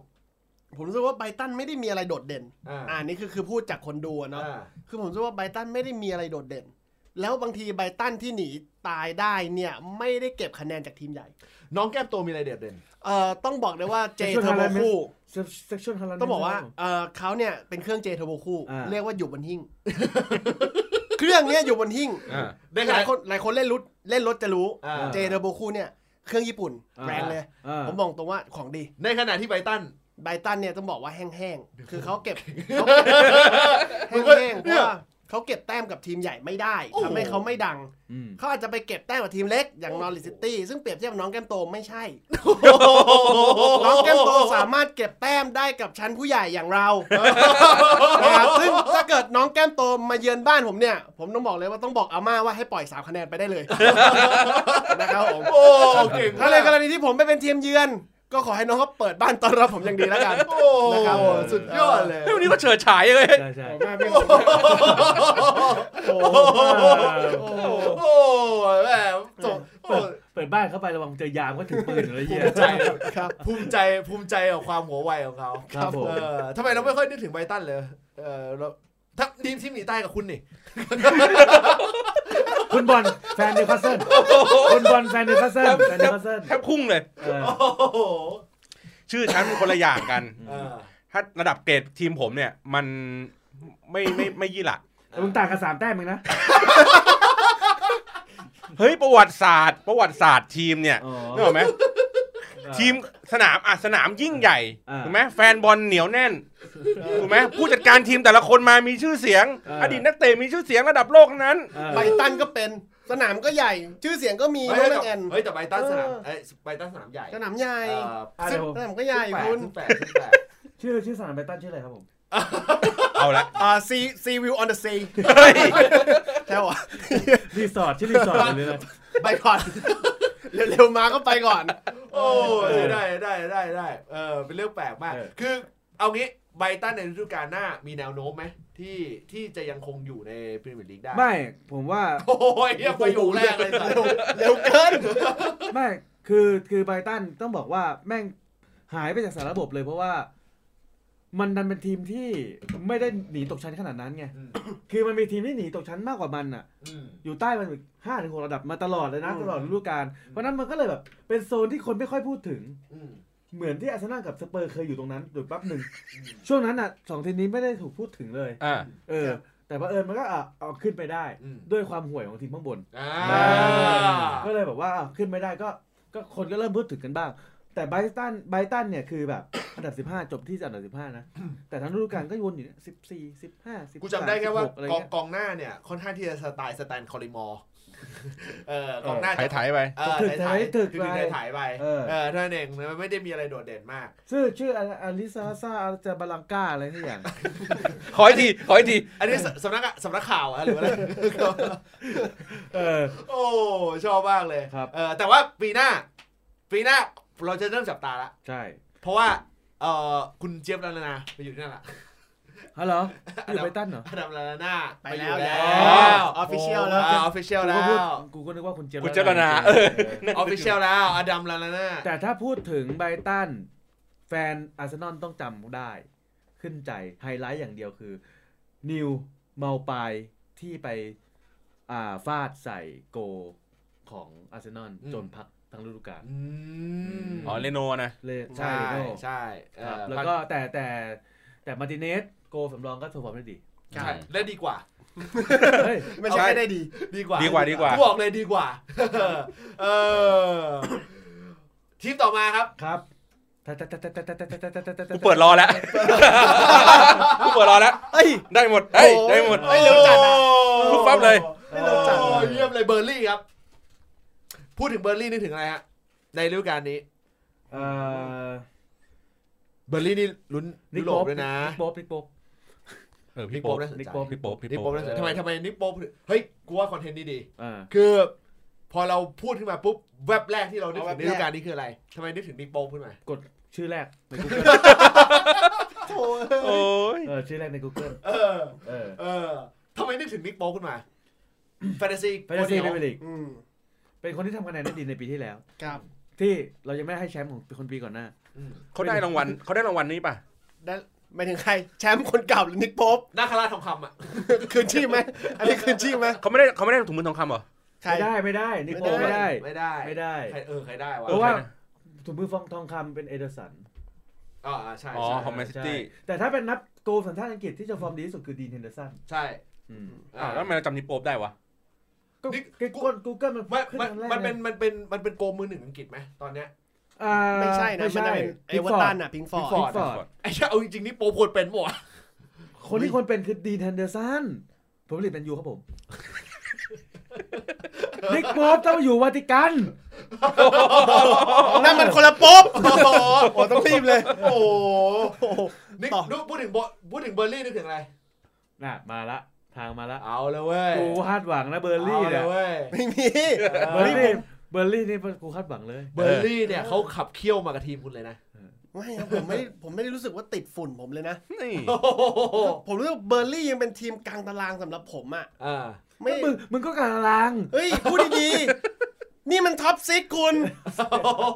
[SPEAKER 5] ผมรู้สึกว่าไบรตันไม่ได้มีอะไรโดดเด่น
[SPEAKER 2] อ่า
[SPEAKER 5] อ่านี่คือคือพูดจากคนดูอะเนาะ
[SPEAKER 2] อ่า
[SPEAKER 5] คือผมรู้สึกว่าไบรตันไม่ได้มีอะไรโดดเด่น แล้วบางทีไบรตันที่หนีตายได้เนี่ยไม่ได้เก็บคะแนนจากทีมใหญ่
[SPEAKER 2] น้องแก้มโตมีอะไรเด็ดเด่น
[SPEAKER 5] เอ่อต้องบอกเลยว่าเจ
[SPEAKER 3] เป็นช่วง
[SPEAKER 5] เทอร์โบ
[SPEAKER 3] highlight
[SPEAKER 5] คู่
[SPEAKER 3] เซ็กชันฮาร์
[SPEAKER 5] ต้องบอกว่าเอ่อเขาเนี่ยเป็นเครื่องเจเทอร์โบคู่
[SPEAKER 3] อ่า
[SPEAKER 5] เรียกว่าอยู่บนหิ้ง [laughs] เครื่องเนี้ยอยู่บนหิ้ง
[SPEAKER 4] อ่า
[SPEAKER 2] ได้
[SPEAKER 5] ห
[SPEAKER 2] ขา
[SPEAKER 5] ลาย ยคนหลายคนเล่นรถเล่นรถจะรู้
[SPEAKER 2] อ่า
[SPEAKER 5] เจเทอร์โบคูเนี่ยเครื่องญี่ปุ่น
[SPEAKER 3] อ่า
[SPEAKER 5] แบรนด์เลย ผมบอกตรงว่าของดี
[SPEAKER 2] ในขณะที่ไบรตัน
[SPEAKER 5] ไบรตันเนี่ยต้องบอกว่าแห้ง
[SPEAKER 2] [laughs]
[SPEAKER 5] ๆ คือเขาเก็บ
[SPEAKER 2] มึง
[SPEAKER 5] เขา
[SPEAKER 2] ก็
[SPEAKER 5] เก็บแห้งๆเพ
[SPEAKER 2] เนี่ย
[SPEAKER 5] ราะว่าเขาเก็บแต้มกับทีมใหญ่ไม่ได้
[SPEAKER 2] โอ้โห
[SPEAKER 5] ทำให้เขาไม่ดัง
[SPEAKER 3] อืม
[SPEAKER 5] เขาอาจจะไปเก็บแต้มกับทีมเล็กอย่างนอริซิตี้ซึ่งเปรียบเทียบกับน้องแก้มโตไม่ใช่ น้องแก้มโตสามารถเก็บแต้มได้กับชั้นผู้ใหญ่อย่าง [laughs] เรานะครับซึ่งถ้าเกิดน้องแก้มโตมาเยือนบ้านผมเนี่ย ผมต้องบอกเลยว่าต้องบอกอาม่าว่าให้ปล่อยสามคะแนนไปได้เลย [laughs] นะครับผม
[SPEAKER 2] โอ้เก่งม
[SPEAKER 5] ถ้าในกรณีที่ผมไม่เป็นทีมเยือน ก็ขอให้น้องเขาเปิดบ้านต้อนรับผมอย่างดีแล้วกัน
[SPEAKER 2] โอ้
[SPEAKER 5] นะครับผม
[SPEAKER 2] สุดยอดเลย
[SPEAKER 4] เฮ้ยวันนี้ก็เฉิดฉายเลย
[SPEAKER 3] ใช่ใช่
[SPEAKER 5] มาเป็น
[SPEAKER 2] โอ้โหโอ้แหมส่งโอ้
[SPEAKER 3] เปิดบ้านเข้าไประวังเจอยามก็ถือปืนอยู่แล้วเฮีย
[SPEAKER 2] ใจครับภูมิใจภูมิใจกับความหัวไวของเขา
[SPEAKER 3] ครับผม
[SPEAKER 2] เออทำไมเราไม่ค่อยนึกถึงไบรตันเลยเออเราถ้าทีมทีมหนีใต้กับคุณนี่
[SPEAKER 3] คุณบอลแฟนนิวคาสเซิลคุณบอลแฟนนิวคาสเซิลแฟนนิวคาสเซิล
[SPEAKER 4] แทบพุ่งเลย
[SPEAKER 3] เออ
[SPEAKER 2] โอ้โห
[SPEAKER 4] ชื่อชั้นมันคนละอย่างกัน
[SPEAKER 2] เออ
[SPEAKER 4] ถ้าระดับเกรดทีมผมเนี่ย มันไม่ไม่ไม่ยี่หลัก
[SPEAKER 3] มึงต่างกันสามแต้มเองนะ
[SPEAKER 4] เฮ้ย ประวัติศาสตร์ ประวัติศาสตร์ทีมเนี่ยนึกออกไหมทีมสนามอ่ะสนามยิ่งใหญ่
[SPEAKER 3] อ่า
[SPEAKER 4] ถูกไหมแฟนบอลเหนียวแน่นถูกไหมผู้จัดการทีมแต่ละคนมามีชื่อเสียง
[SPEAKER 3] อ่า
[SPEAKER 4] อดีตนักเตะมีชื่อเสียงระดับโลกทั้งนั้น
[SPEAKER 3] เออ
[SPEAKER 5] ไบรตันก็เป็น สนามก็ใหญ่ ชื่อเสียงก็มี
[SPEAKER 2] เฮ้ยเฮ้ย
[SPEAKER 5] โรแม
[SPEAKER 2] แต่
[SPEAKER 5] นแอน
[SPEAKER 2] เฮ้ยแต่ไบรตันสนามเอ้ยไบรตันสนามใหญ่
[SPEAKER 5] สนามใหญ่
[SPEAKER 2] เอ่อ
[SPEAKER 3] อ่ะ
[SPEAKER 5] ซึ่
[SPEAKER 3] เดี๋
[SPEAKER 5] ง
[SPEAKER 3] ยวผม
[SPEAKER 5] สนามก็ใหญ่
[SPEAKER 2] สิบแปด
[SPEAKER 5] คุณ
[SPEAKER 2] สิบแปดสิบแปด
[SPEAKER 3] ชื่อชื่อสนามไบตันชื่ออะไรครับผม
[SPEAKER 4] เอาละ
[SPEAKER 5] อ่าซีซีวิวออนเดอะซีใช่ปะ
[SPEAKER 3] รีสอร์ทชื่อรีสอร์ทเลยนะ
[SPEAKER 5] ไปก่อน [laughs] เร็วๆมาก็ไปก่อน
[SPEAKER 2] โอ้ยได้ได้ได้ได้เออเป็นเรื่องแปลกมาก
[SPEAKER 3] เออ
[SPEAKER 2] คือเอางี้ไบรตันในฤดูกาลหน้ามีแนวโน้มไหมที่ที่จะยังคงอยู่ในพรีเมียร์ลีกได้
[SPEAKER 3] ไม่ผมว่า
[SPEAKER 2] โอ้ยเหี้ยังไปอยู่แรกเลยสัตว์
[SPEAKER 5] เร็วเกิน
[SPEAKER 3] ไม่ คือ คือไบรตันต้องบอกว่าแม่งหายไปจากสารระบบเลยเพราะว่า มันดันเป็นทีมที่ไม่ได้หนีตกชั้นขนาดนั้นไง
[SPEAKER 2] อืม
[SPEAKER 3] คือมันมีทีมที่หนีตกชั้นมากกว่ามันอ่ะ
[SPEAKER 2] อืม
[SPEAKER 3] อยู่ใต้มันห้าถึงหกระดับมาตลอดเลยนะ
[SPEAKER 2] อืม
[SPEAKER 3] ตลอดฤดูกาล เพราะฉะนั้นมันก็เลยแบบ เป็นโซนที่คนไม่ค่อยพูดถึง
[SPEAKER 2] อืม
[SPEAKER 3] เหมือนที่อาร์เซนอลกับสเปอร์เคยอยู่ตรงนั้นโดยแป๊บหนึ่ง ช่วงนั้นอ่ะสองทีมนี้ไม่ได้ถูกพูดถึงเลย
[SPEAKER 4] อ่า
[SPEAKER 3] เออ
[SPEAKER 5] ครับ
[SPEAKER 3] แต่ว่าเผอิญมันก็อ่ะเอาขึ้นไปได้
[SPEAKER 2] อืม
[SPEAKER 3] ด้วยความห่วยของทีมข้างบน
[SPEAKER 2] อ่า
[SPEAKER 3] ก็เลยแบบว่าอ้าวขึ้นไม่ได้ก็ก็คนก็เริ่มพูดถึงกันบ้าง แต่ไบรตันไบรตันเนี่ยคือแบบ อันดับ 15 จบที่อันดับ 15 นะ แต่ทั้งฤดูกาลก็วนอยู่เนี่ย14 15 13
[SPEAKER 2] กูจำได้แค่ว่า
[SPEAKER 3] สิบหกอะไร
[SPEAKER 2] กอง
[SPEAKER 3] เงี้ย
[SPEAKER 2] กองหน้าเนี่ย ค่อนข้างที่จะสไตล์สแตนคอริมอร์ [laughs] เออกองหน้า
[SPEAKER 4] ถ่ายถ่ายๆไป
[SPEAKER 2] เออถ่ายๆถึงๆถ่ายๆไป
[SPEAKER 3] เออ
[SPEAKER 2] เออเท่านั้นเองมันไม่ได้มีอะไรโดดเด่นมาก
[SPEAKER 3] ชื่อชื่ออะไรอาลิซาซาอาจาบาลังกาอะไรทุกอย่าง
[SPEAKER 4] ขออีกที ขออีกที
[SPEAKER 2] อันนี้สสำนักอะสำนักข่าวอะหรือว่าอะไร [laughs]
[SPEAKER 3] เออ
[SPEAKER 2] โอ้ชอบมากเลย
[SPEAKER 3] ครับ
[SPEAKER 2] เออแต่ว่าปีหน้า ปีหน้าเราจะเริ่มจับตาละ
[SPEAKER 3] ใช่
[SPEAKER 2] เพราะว่าเออคุณเจี๊ยบลาลานาไปอยู่ที่นั่นละ
[SPEAKER 3] ฮั
[SPEAKER 2] [laughs]
[SPEAKER 3] ลโหลอยู่ไบรตันเหรอ
[SPEAKER 2] อดัมลาลานา
[SPEAKER 5] ไปแล้ว
[SPEAKER 2] อ
[SPEAKER 5] แล้
[SPEAKER 2] ยู่
[SPEAKER 5] ว
[SPEAKER 2] แล้ว
[SPEAKER 5] ออฟฟิเชียลแล้ว
[SPEAKER 2] อ่าออฟฟิเชียล
[SPEAKER 3] กู
[SPEAKER 2] แล้
[SPEAKER 3] ก็พูด
[SPEAKER 2] ว
[SPEAKER 3] กูก็นึกว่าคุณเจร
[SPEAKER 4] คุณเจรนาเออ
[SPEAKER 2] ออฟฟิเชียลแล้วอดัมลาลานา
[SPEAKER 3] แต่ถ้าพูดถึงไบรตันแฟนอาร์เซนอลต้องจำได้ ขึ้นใจไฮไลท์อย่างเดียวคือ นิวเมาปายที่ไปอ่าฟาดใส่โกลของอาร์เซนอลจนพักทั้งฤดูกาล
[SPEAKER 2] อืม
[SPEAKER 4] อ๋อเลโนนะ
[SPEAKER 3] เลยใช่
[SPEAKER 2] ใช่
[SPEAKER 3] โน่
[SPEAKER 2] ใช่เอ
[SPEAKER 3] ครับ
[SPEAKER 2] อ
[SPEAKER 3] แล้วก็แต่แต่แต่มาร์ติเนสโกลสำรองก็ถูกผม
[SPEAKER 2] [laughs]
[SPEAKER 3] ได้ดี
[SPEAKER 2] ใช่ได้ดีกว่า
[SPEAKER 3] เฮ้ย
[SPEAKER 5] ไม่ใช่
[SPEAKER 2] เอาไป
[SPEAKER 5] ไม่ได้ดี
[SPEAKER 2] ดีกว่า
[SPEAKER 4] ดีกว่าดีกว่า
[SPEAKER 2] กูบอกเลยดีกว่า เออทีมต่อมาครับ
[SPEAKER 3] ครับแต่แต่แต่แต่แต่แต่แต่แต่แต่
[SPEAKER 4] กูเปิดรอแล้ว [laughs] กูเปิดรอแล้ว
[SPEAKER 5] เอ้ย
[SPEAKER 4] ได้หมดเอ้ยได้หมด
[SPEAKER 5] ไม่เร็วจัดอะ
[SPEAKER 4] ปุ๊บปั๊บเลย
[SPEAKER 5] ไม่เร็วจัด
[SPEAKER 2] โอ้
[SPEAKER 5] อะ
[SPEAKER 2] เยี่ยมเลยเบอร์ลี่ครับ พูดถึงเบอร์ลี่นึกถึงอะไรฮะ ในฤดูกาลนี้
[SPEAKER 3] เอ่อ
[SPEAKER 2] เบอร์ลี่นี่ลุ้น
[SPEAKER 3] นิ
[SPEAKER 2] ยุ
[SPEAKER 3] ก
[SPEAKER 2] โรป
[SPEAKER 3] โป๊ป
[SPEAKER 2] ด้วยนะ
[SPEAKER 3] นิกโป๊ปนิกโป๊ป
[SPEAKER 4] เออพี่โป๊ป
[SPEAKER 2] น่าสน
[SPEAKER 3] นิก
[SPEAKER 2] ใจ
[SPEAKER 3] โป๊ป
[SPEAKER 4] พี่โป๊ปพี่
[SPEAKER 2] นิกโป๊
[SPEAKER 4] โป๊
[SPEAKER 2] ป
[SPEAKER 4] ป
[SPEAKER 2] น่าสนใจทำไมทำไมนิกโป๊ปถึงเฮ้ยกูว่าคอนเทนต์นี้ดี
[SPEAKER 3] อ่า
[SPEAKER 2] คือ พอเราพูดขึ้นมาปุ๊บแวบแรกที่เรานึก
[SPEAKER 5] เอาแว
[SPEAKER 2] ถึ
[SPEAKER 5] บ
[SPEAKER 2] ง
[SPEAKER 5] แร
[SPEAKER 2] ใน
[SPEAKER 5] ก
[SPEAKER 2] ฤดูกาลนี้คืออะไรทำไมนึกถึงนิกโป๊ปขึ้นมา
[SPEAKER 3] กดชื่อแรกใน Google
[SPEAKER 5] โถ่
[SPEAKER 4] โอ้ย
[SPEAKER 3] เออชื่อแรกใน Google
[SPEAKER 2] เออ
[SPEAKER 3] เออ
[SPEAKER 2] เออทำไมนึกถึงนิกโป๊ปขึ้นมาแฟนตาซี
[SPEAKER 3] เป็นซีเป็นลีก
[SPEAKER 5] อืม
[SPEAKER 3] เป็นคนที่ทำคะแนนได้ดีในปีที่แล้ว
[SPEAKER 5] ครับ
[SPEAKER 3] ที่เรายังไม่ให้แชมป์ของคนปีก่อนหน้า
[SPEAKER 4] เขาได้รางวัลเขาได้รางวัลนี้ป่ะ
[SPEAKER 5] ได้ไม่ถึงใคร แชมป์คนเก่าหรือนิกโป๊ป
[SPEAKER 2] นาคาราชทองคำอ่ะ
[SPEAKER 5] [laughs] คืนชีพไหมอันนี้คืนชีพไหม
[SPEAKER 4] เขาไม่ได้เขาไม่ได้ถุงมือทองคำเหรอ
[SPEAKER 5] ใคร
[SPEAKER 3] ไม่ได้ไม่ได้นิโปไม่ได้
[SPEAKER 2] ไม่ได้
[SPEAKER 3] ไม่ได้
[SPEAKER 2] ใครเออใครได้วะ
[SPEAKER 3] เพราะว่าถุงมือฟองทองคำเป็นเอเดอร์สัน
[SPEAKER 2] อ๋ออ่าใช่
[SPEAKER 4] อ๋อ
[SPEAKER 2] ใช่
[SPEAKER 4] ของแมนซิตี้
[SPEAKER 3] แต่ถ้าเป็นนับโกลสัญชาติอังกฤษที่จะฟอร์มดีที่สุดคือดีนเฮนเดอร์สัน
[SPEAKER 2] ใช่
[SPEAKER 3] อืม
[SPEAKER 2] อ่า
[SPEAKER 4] อ้าวแล้วทำไมเราจำนิโป๊ปได้วะ
[SPEAKER 3] ก็
[SPEAKER 2] นี่
[SPEAKER 3] ก็กูเกิลกูเกิลมัน
[SPEAKER 2] มัน
[SPEAKER 3] ขึ้น
[SPEAKER 2] มันมั
[SPEAKER 3] อันแรก
[SPEAKER 2] นเป็น
[SPEAKER 3] ลย
[SPEAKER 2] มันเป็นมันเป็นโกมือหนึ่งอังกฤษไหมตอนเนี้ย
[SPEAKER 3] อ่า
[SPEAKER 5] ไม่ใช่นะ
[SPEAKER 3] ไม่
[SPEAKER 5] มัน
[SPEAKER 3] ใช่
[SPEAKER 5] จะเป็นเอเวอ
[SPEAKER 3] พิกฟร์
[SPEAKER 5] ร์ตั
[SPEAKER 3] ด
[SPEAKER 5] นอ่ะ พิงฟอร์
[SPEAKER 3] พิงฟ
[SPEAKER 5] ด
[SPEAKER 3] ร์ด ก่น
[SPEAKER 2] ไอ้เช่าเอาจริงๆนี่โปรควรเป็นหมด
[SPEAKER 3] คนที่คนเป็นคือดีนเฮนเดอร์สันผมผลิตเป็นยูครับผม [laughs] นิกโป๊ปต้องอยู่วาติกัน
[SPEAKER 5] นั่นมันคนละโป๊บ [laughs] โอ้โหโอ้ต้องรีบเลย
[SPEAKER 2] โอ้โห
[SPEAKER 5] โอ้โห
[SPEAKER 2] นี่
[SPEAKER 5] ต่อ
[SPEAKER 2] ดูพูดถึงโบพูดถึงเบอร์ลี่นึกถึงอะไร
[SPEAKER 3] น่ะมาละทางมาละ
[SPEAKER 2] เอาละเว้ย
[SPEAKER 3] กูคาดหวังนะเบอร์ลี่
[SPEAKER 2] เอา
[SPEAKER 3] เนี่
[SPEAKER 2] ละ
[SPEAKER 3] ย
[SPEAKER 2] เว้ย
[SPEAKER 5] ไม่มี
[SPEAKER 3] เบอร์ลี่เบอร์ลี่นี่กูคาดหวังเลย
[SPEAKER 2] เบอร์ลี่เนี่ยเขาขับเคี่ยวมากับทีมคุณเลยนะ
[SPEAKER 5] ไม่ครับผมไม่ผมไม่ได้รู้สึกว่าติดฝุ่นผมเลยนะ
[SPEAKER 4] นี่
[SPEAKER 5] ผมรู้สึกเบอร์ลี่ยังเป็นทีมกลางตารางสำหรับผมอ่ะ
[SPEAKER 2] อ่า
[SPEAKER 5] ไม่
[SPEAKER 3] มึงมึงก็กลางลาง
[SPEAKER 5] เฮ้ย พูดดีๆ นี่มันท็อปซิกคุณ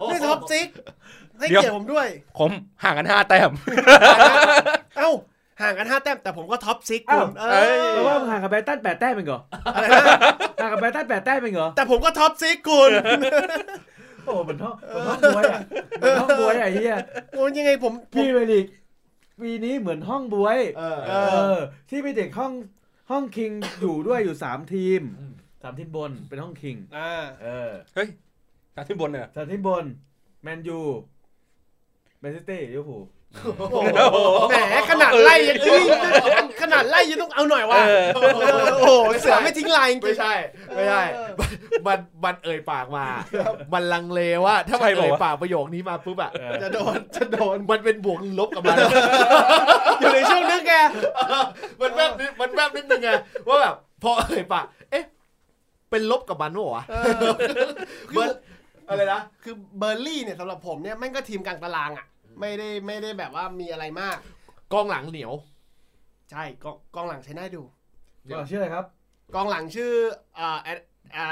[SPEAKER 5] นี่ท็อปซิกให้
[SPEAKER 4] เดี๋ยว
[SPEAKER 5] เกียรติผมด้วย
[SPEAKER 4] ผมห่างกันห้าแต้ม
[SPEAKER 5] [laughs] เอ้า ห่างกันห้าแต้มแต่ผมก็ท็อปซิกคุณ
[SPEAKER 3] อ้าว
[SPEAKER 5] เอ้ย
[SPEAKER 3] เพราะว่ามึงห่างกับไบรตันแปดแต้มเองเหรอ
[SPEAKER 5] อะไรนะ
[SPEAKER 3] ห่างกับไบรตันแปดแต้มเองเหรอ
[SPEAKER 5] แต่ผมก็ท็อปซิกคุณ
[SPEAKER 3] โอ้เหมือนท้องเหมือนห้องบวยอ่ะเหมือนห้องบวยอ่ะเฮีย
[SPEAKER 5] โอ้ยยังไงผมผม
[SPEAKER 3] พี่เวลิกปีนี้เหมือนห้องบวย
[SPEAKER 2] เออ
[SPEAKER 5] เอ
[SPEAKER 3] อที่มีเด็กห้องห้องคิงอยู่ด้วยอยู่สามทีมสามทีมบนเป็นห้องคิง
[SPEAKER 5] อ่า
[SPEAKER 3] เออ
[SPEAKER 4] เฮ้ยตามที่บนเนี่ย
[SPEAKER 3] สามทีมบนแมนยูแมนซิตี้ลิเวอร์พูล
[SPEAKER 2] โอ้โห
[SPEAKER 5] แหมขนาดไล่ยังอื้อข ขนาดไล่ยังต้องเอาหน่อยว่ะ
[SPEAKER 4] เออ
[SPEAKER 5] โอ้โหเสือไม่ทิ้งลายจริ
[SPEAKER 2] ไม่
[SPEAKER 5] ง
[SPEAKER 2] ใช่ ไม่ใช่ มันมันเอ่ยปากมา มันลังเลว่า ถ้ามัน
[SPEAKER 4] ใช่บอก
[SPEAKER 2] เอ่ย
[SPEAKER 4] ว่า
[SPEAKER 2] ปากประโยคนี้มาปุ๊บอะ
[SPEAKER 4] เออ
[SPEAKER 5] จะโดน จะโดน
[SPEAKER 2] มันเป็นบวกหรือลบกับมัน
[SPEAKER 5] อยู่ในช่วงนึกไง
[SPEAKER 2] มันแบบนิดมันแบบนิดนึงไงว่าแบบพอเอ่ยปากเอ๊ะ เป็นลบกับมันวะวะ
[SPEAKER 5] คือ
[SPEAKER 2] เบิร์นอะไรนะ
[SPEAKER 5] คือเบอร์ลี่เนี่ยสำหรับผมเนี่ยแม่งก็ทีมกลางตารางอ่ะ ไม่ได้ไม่ได้แบบว่ามีอะไรมาก
[SPEAKER 2] กองหลังเหนียว
[SPEAKER 5] ใช่กองกองหลังใช้ได้ดู
[SPEAKER 3] ก่อนชื่ออะไรครับ
[SPEAKER 5] กองหลังชื่อเอ่อแอดอ่า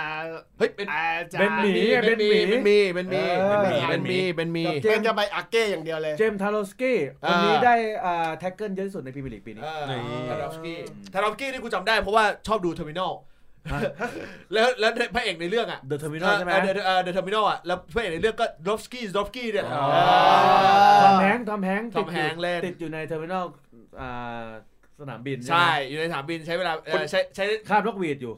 [SPEAKER 2] เฮ้ย เป็น
[SPEAKER 5] อาจา
[SPEAKER 3] เบนหมี่
[SPEAKER 2] เป็นมีเป็นมีเป็นมี
[SPEAKER 3] เออ
[SPEAKER 2] เป็นมีเป็นมี
[SPEAKER 3] กับเจ
[SPEAKER 5] เบ
[SPEAKER 3] ม
[SPEAKER 5] น
[SPEAKER 3] ส์
[SPEAKER 5] จะไปอาเก้อย่างเดียวเลย
[SPEAKER 3] เจมส์ทารอฟสกี้คนนี้
[SPEAKER 2] อ่า
[SPEAKER 3] ได้อ่าแท็กเกิลเยอะที่สุดในพรีเมียร์ลีกปีนี้
[SPEAKER 2] เออ
[SPEAKER 4] นี่
[SPEAKER 2] ทารอฟสกี้ทารอฟสกี้นี่กูจำได้เพราะว่าชอบดูเทอร์มินอล
[SPEAKER 3] ฮะ
[SPEAKER 2] แล้วแล้วพระเอกในเรื่องอ่ะ
[SPEAKER 3] เดอะเทอร์มินอลใช่ไหม
[SPEAKER 2] เดอะเดอะเทอร์มินอลอ่ะ แล้วพระเอกในเรื่องก็ดรอฟสกี้ดรอฟสกี้เนี่ย
[SPEAKER 3] อ๋อ
[SPEAKER 5] เออ
[SPEAKER 3] ทอมแฮงค์ทอมแฮงค์
[SPEAKER 2] ทอมแฮงค์เล่น
[SPEAKER 3] ติดอยู่ในเทอร์มินอลอ่าสนามบิน
[SPEAKER 2] ใช่
[SPEAKER 3] ไหม
[SPEAKER 2] อยู่ในสนามบินใช้เวลาเอ่อใช้ใช้
[SPEAKER 3] คาบนกหวีดอยู่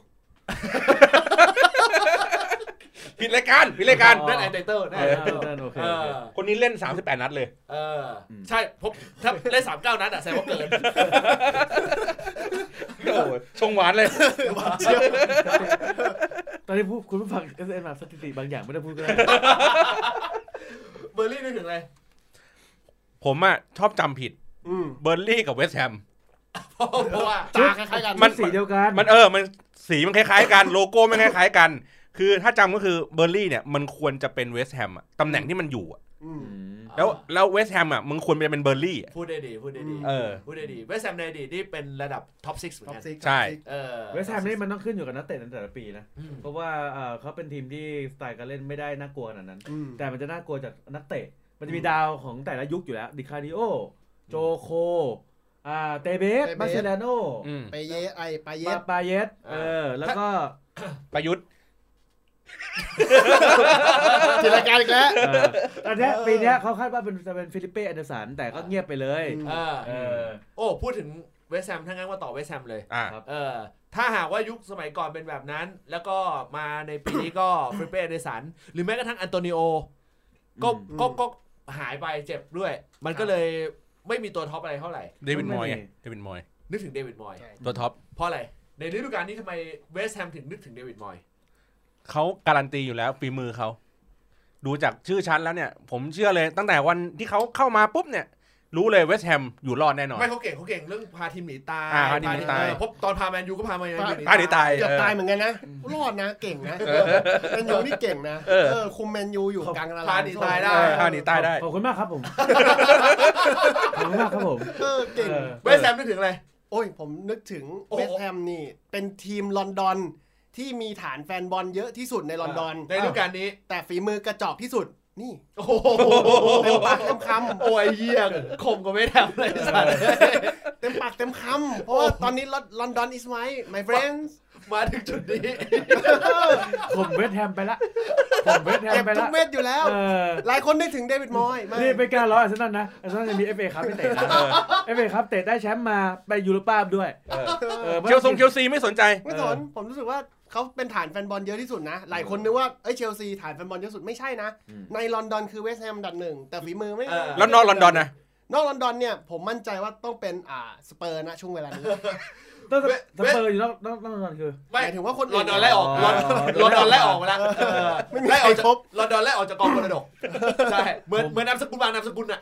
[SPEAKER 4] ผิดรายการผิดรายการ
[SPEAKER 3] อ๋อ
[SPEAKER 2] นั่นไอเตเตอร์นั่น
[SPEAKER 3] เอ
[SPEAKER 2] ไอ
[SPEAKER 3] อ
[SPEAKER 2] เตเตอร์
[SPEAKER 3] นั่นโอเค
[SPEAKER 2] เอ
[SPEAKER 3] โอเค
[SPEAKER 2] อ
[SPEAKER 4] คนนี้เล่น 38 นัดเลย
[SPEAKER 2] เอออ
[SPEAKER 3] ม
[SPEAKER 2] ใช่ผมถ้าได้สามเก้านัดอ่ะแสดงว่าเกิ
[SPEAKER 3] [laughs]
[SPEAKER 2] น
[SPEAKER 4] โอ้ยชงหวานเลย
[SPEAKER 3] ตอนนี้ผู้คุณผู้ฟังเอสเอ็นมาสถิติบางอย่างไม่ได้พูดก็ได้
[SPEAKER 2] เบอร์ลี่นึกถึงอะไร
[SPEAKER 4] ผมอ่ะ ชอบจำผิด
[SPEAKER 5] อืม
[SPEAKER 4] เบอร์ลี่กับเวสต์แฮม
[SPEAKER 2] เพราะเพราะว่า
[SPEAKER 5] ตาคล้ายๆกัน
[SPEAKER 4] มั
[SPEAKER 3] มัน
[SPEAKER 4] น
[SPEAKER 3] สีเดียวกัน
[SPEAKER 4] มันเออ มันสีมันคล้ายๆกันโลโก้มันคล้ายๆกัน คือถ้าจำก็คือเบอร์ลี่เนี่ย มันควรจะเป็นเวสต์แฮมอะตำแหน่งที่มันอยู่อะ
[SPEAKER 5] อืม
[SPEAKER 3] อืม
[SPEAKER 4] แล้วแล้วเวสต์แฮมอ่ะมึงควรจะเป็นเบอร์ลี่อะ
[SPEAKER 2] พูดได้ดีพูดได้ดี
[SPEAKER 5] อืม
[SPEAKER 4] เออ
[SPEAKER 2] พูดได้ดีเวสแฮมในอดีตนี่เป็นระดับท็อปซิกเหมือ
[SPEAKER 5] ท็อน ป
[SPEAKER 2] กัน
[SPEAKER 5] ซิก
[SPEAKER 4] ใช่
[SPEAKER 2] เออ
[SPEAKER 3] เวสต์แฮมนี่มันต้องขึ้นอยู่กับนักเตะในแต่ละปีนะ
[SPEAKER 2] อืม
[SPEAKER 3] เพราะว่าเอ่อเขาเป็นทีมที่สไตล์การเล่นไม่ได้น่ากลัวขนาดนั้น
[SPEAKER 5] อืม
[SPEAKER 3] แต่มันจะน่ากลัวจากนักเตะ มันจะมีดาวของแต่ละยุคอยู่แล้ว ดิคาริโอ โจโค อ่า เตเบส มาเซเลโน
[SPEAKER 4] อืม
[SPEAKER 5] ไปเยไอไปเย
[SPEAKER 3] ปา
[SPEAKER 5] ส
[SPEAKER 3] ปาเยส เออ แล้วก็
[SPEAKER 4] ประยุทธ์
[SPEAKER 5] จินตนาการอีกแล้ว
[SPEAKER 3] เออตอนเนี้ยปีเนี้ยเขาคาดว่าเป็นจะเป็นฟิลิปเป้แอนเดอร์สัน แต่ก็เงียบไปเลย
[SPEAKER 5] อืม
[SPEAKER 2] เออ
[SPEAKER 3] เออ
[SPEAKER 2] โอ้พูดถึงเวสแฮมถ้างั้นว่าต่อเวสแฮมเลย
[SPEAKER 4] อ่า
[SPEAKER 2] เออถ้าหากว่ายุคสมัยก่อนเป็นแบบนั้น แล้วก็มาในปีนี้ก็ [coughs] ฟริปเป้เดสัน หรือแม้กระทั่งอันโตนิโอก็
[SPEAKER 3] อืม
[SPEAKER 2] ก็ก็หายไปเจ็บด้วย มันก็เลยไม่มีตัวท็อปอะไรเท่าไหร่
[SPEAKER 4] เดวิดมอยไง
[SPEAKER 3] ไม่มี
[SPEAKER 4] เดวิดมอย
[SPEAKER 2] นึกถึงเดวิดมอย
[SPEAKER 5] ใช่
[SPEAKER 4] ตัวท็อป
[SPEAKER 2] เพราะอะไร ในฤดูกาลนี้ทำไมเวสต์แฮมถึงนึกถึงเดวิดมอย
[SPEAKER 4] เขาการันตีอยู่แล้วฝีมือเขา ดูจากชื่อชั้นแล้วเนี่ย ผมเชื่อเลยตั้งแต่วันที่เขาเข้ามาปุ๊บเนี่ย รู้เลยเวสต์แฮมอยู่รอดแน่นอน
[SPEAKER 2] ไม่เขาเก่งเขาเก่งเรื่องพาทีมหนีตาย
[SPEAKER 4] อ่าพาทีมหนีตาย
[SPEAKER 2] เออเพบตอนพาแมนยูก็พาแมนยู
[SPEAKER 4] ตายหรือตาย
[SPEAKER 5] เกือบ
[SPEAKER 4] เออ
[SPEAKER 5] ตายเหมือนกันนะ รอดนะ เก่งนะแมนยูนี่เก่งนะ
[SPEAKER 4] เออ
[SPEAKER 5] เออ คุมแมนยูอยู่กลางตาราง
[SPEAKER 2] พาหนีตายได้
[SPEAKER 4] เออพาหนีตายได้
[SPEAKER 3] ขอบคุณมาก
[SPEAKER 5] [laughs]
[SPEAKER 3] ครับผม ขอบคุณมากครับผม
[SPEAKER 5] เออ เก่ง
[SPEAKER 3] เออ
[SPEAKER 2] เวสต์แฮมนึกถึงอะไร
[SPEAKER 5] โอ้ย ผมนึกถึง
[SPEAKER 2] โอ้โห
[SPEAKER 5] เวสต์แฮมนี่ เป็นทีมลอนดอนที่มีฐานแฟนบอลเยอะที่สุดในลอนดอน
[SPEAKER 2] ในฤดูกาลนี้
[SPEAKER 5] แต่ฝีมือกระจอกที่สุด นี่
[SPEAKER 2] โอ้โห
[SPEAKER 4] [laughs]
[SPEAKER 5] เต็มปากเต็มค
[SPEAKER 2] โอ้ยเยี่ยข่มก็ไม่ทำเลยสัตว์
[SPEAKER 5] ำเต็มปากเต็มคำเพราะว่าตอนนี้ลอนดอน is my my friends
[SPEAKER 2] มาถึงจุดนี้
[SPEAKER 3] ผมเวสต์แฮมไปละผมเวสต์แฮ
[SPEAKER 5] เก็
[SPEAKER 3] ม
[SPEAKER 5] บ
[SPEAKER 3] ไป
[SPEAKER 5] ทุ
[SPEAKER 3] ละ
[SPEAKER 5] กเม็ดอยู่แล้ว
[SPEAKER 3] เออ
[SPEAKER 5] หลายคนนึกถึงเดวิดมอยมา
[SPEAKER 3] นี่ไปกล้ารล้ออาร์เซนอลนะอาร์เซนอลจะมีเอฟเอครับไม่เตะนะเอฟเอครับเตะได้แชมป์มาไปยูโรป้าด้วยออ
[SPEAKER 4] เคียวซงเคียวซีไม่สนใจ
[SPEAKER 5] ไม่สนผมรู้สึกว่าเขาเป็นฐานแฟนบอลเยอะที่สุดนะ หลายคนนึกว่าเอ้ยเชลซีฐานแฟนบอลเยอะสุดไม่ใช่นะ ในลอนดอนคือเวสต์แฮมอันดับหนึ่งแต่ฝีมือไม่
[SPEAKER 2] เออ
[SPEAKER 4] แล้วนอกลอนดอนนะ
[SPEAKER 5] นอกลอนดอนเนี่ยผมมั่นใจว่าต้องเป็นอ่าสเปอร์นะช่วงเวลานี้
[SPEAKER 3] ต้องสเปอร์อยู่นอกนอกนอกนอกคือ
[SPEAKER 5] หมายถึงว่าคน
[SPEAKER 2] ล
[SPEAKER 5] อื่
[SPEAKER 2] อน
[SPEAKER 5] น
[SPEAKER 2] ดอนไล่ออกลอนลอนดอนไล่ออกมาแล้ว
[SPEAKER 5] ไม่มี
[SPEAKER 2] ไล่
[SPEAKER 5] ใค
[SPEAKER 2] อ
[SPEAKER 5] ร
[SPEAKER 2] อกจาก
[SPEAKER 5] ครบ
[SPEAKER 2] ลอนดอนไล่ออกจากกองมรดกใช่เหมือน
[SPEAKER 3] ผม
[SPEAKER 2] เหมือนนามสกุลบางนามสกุลน่ะ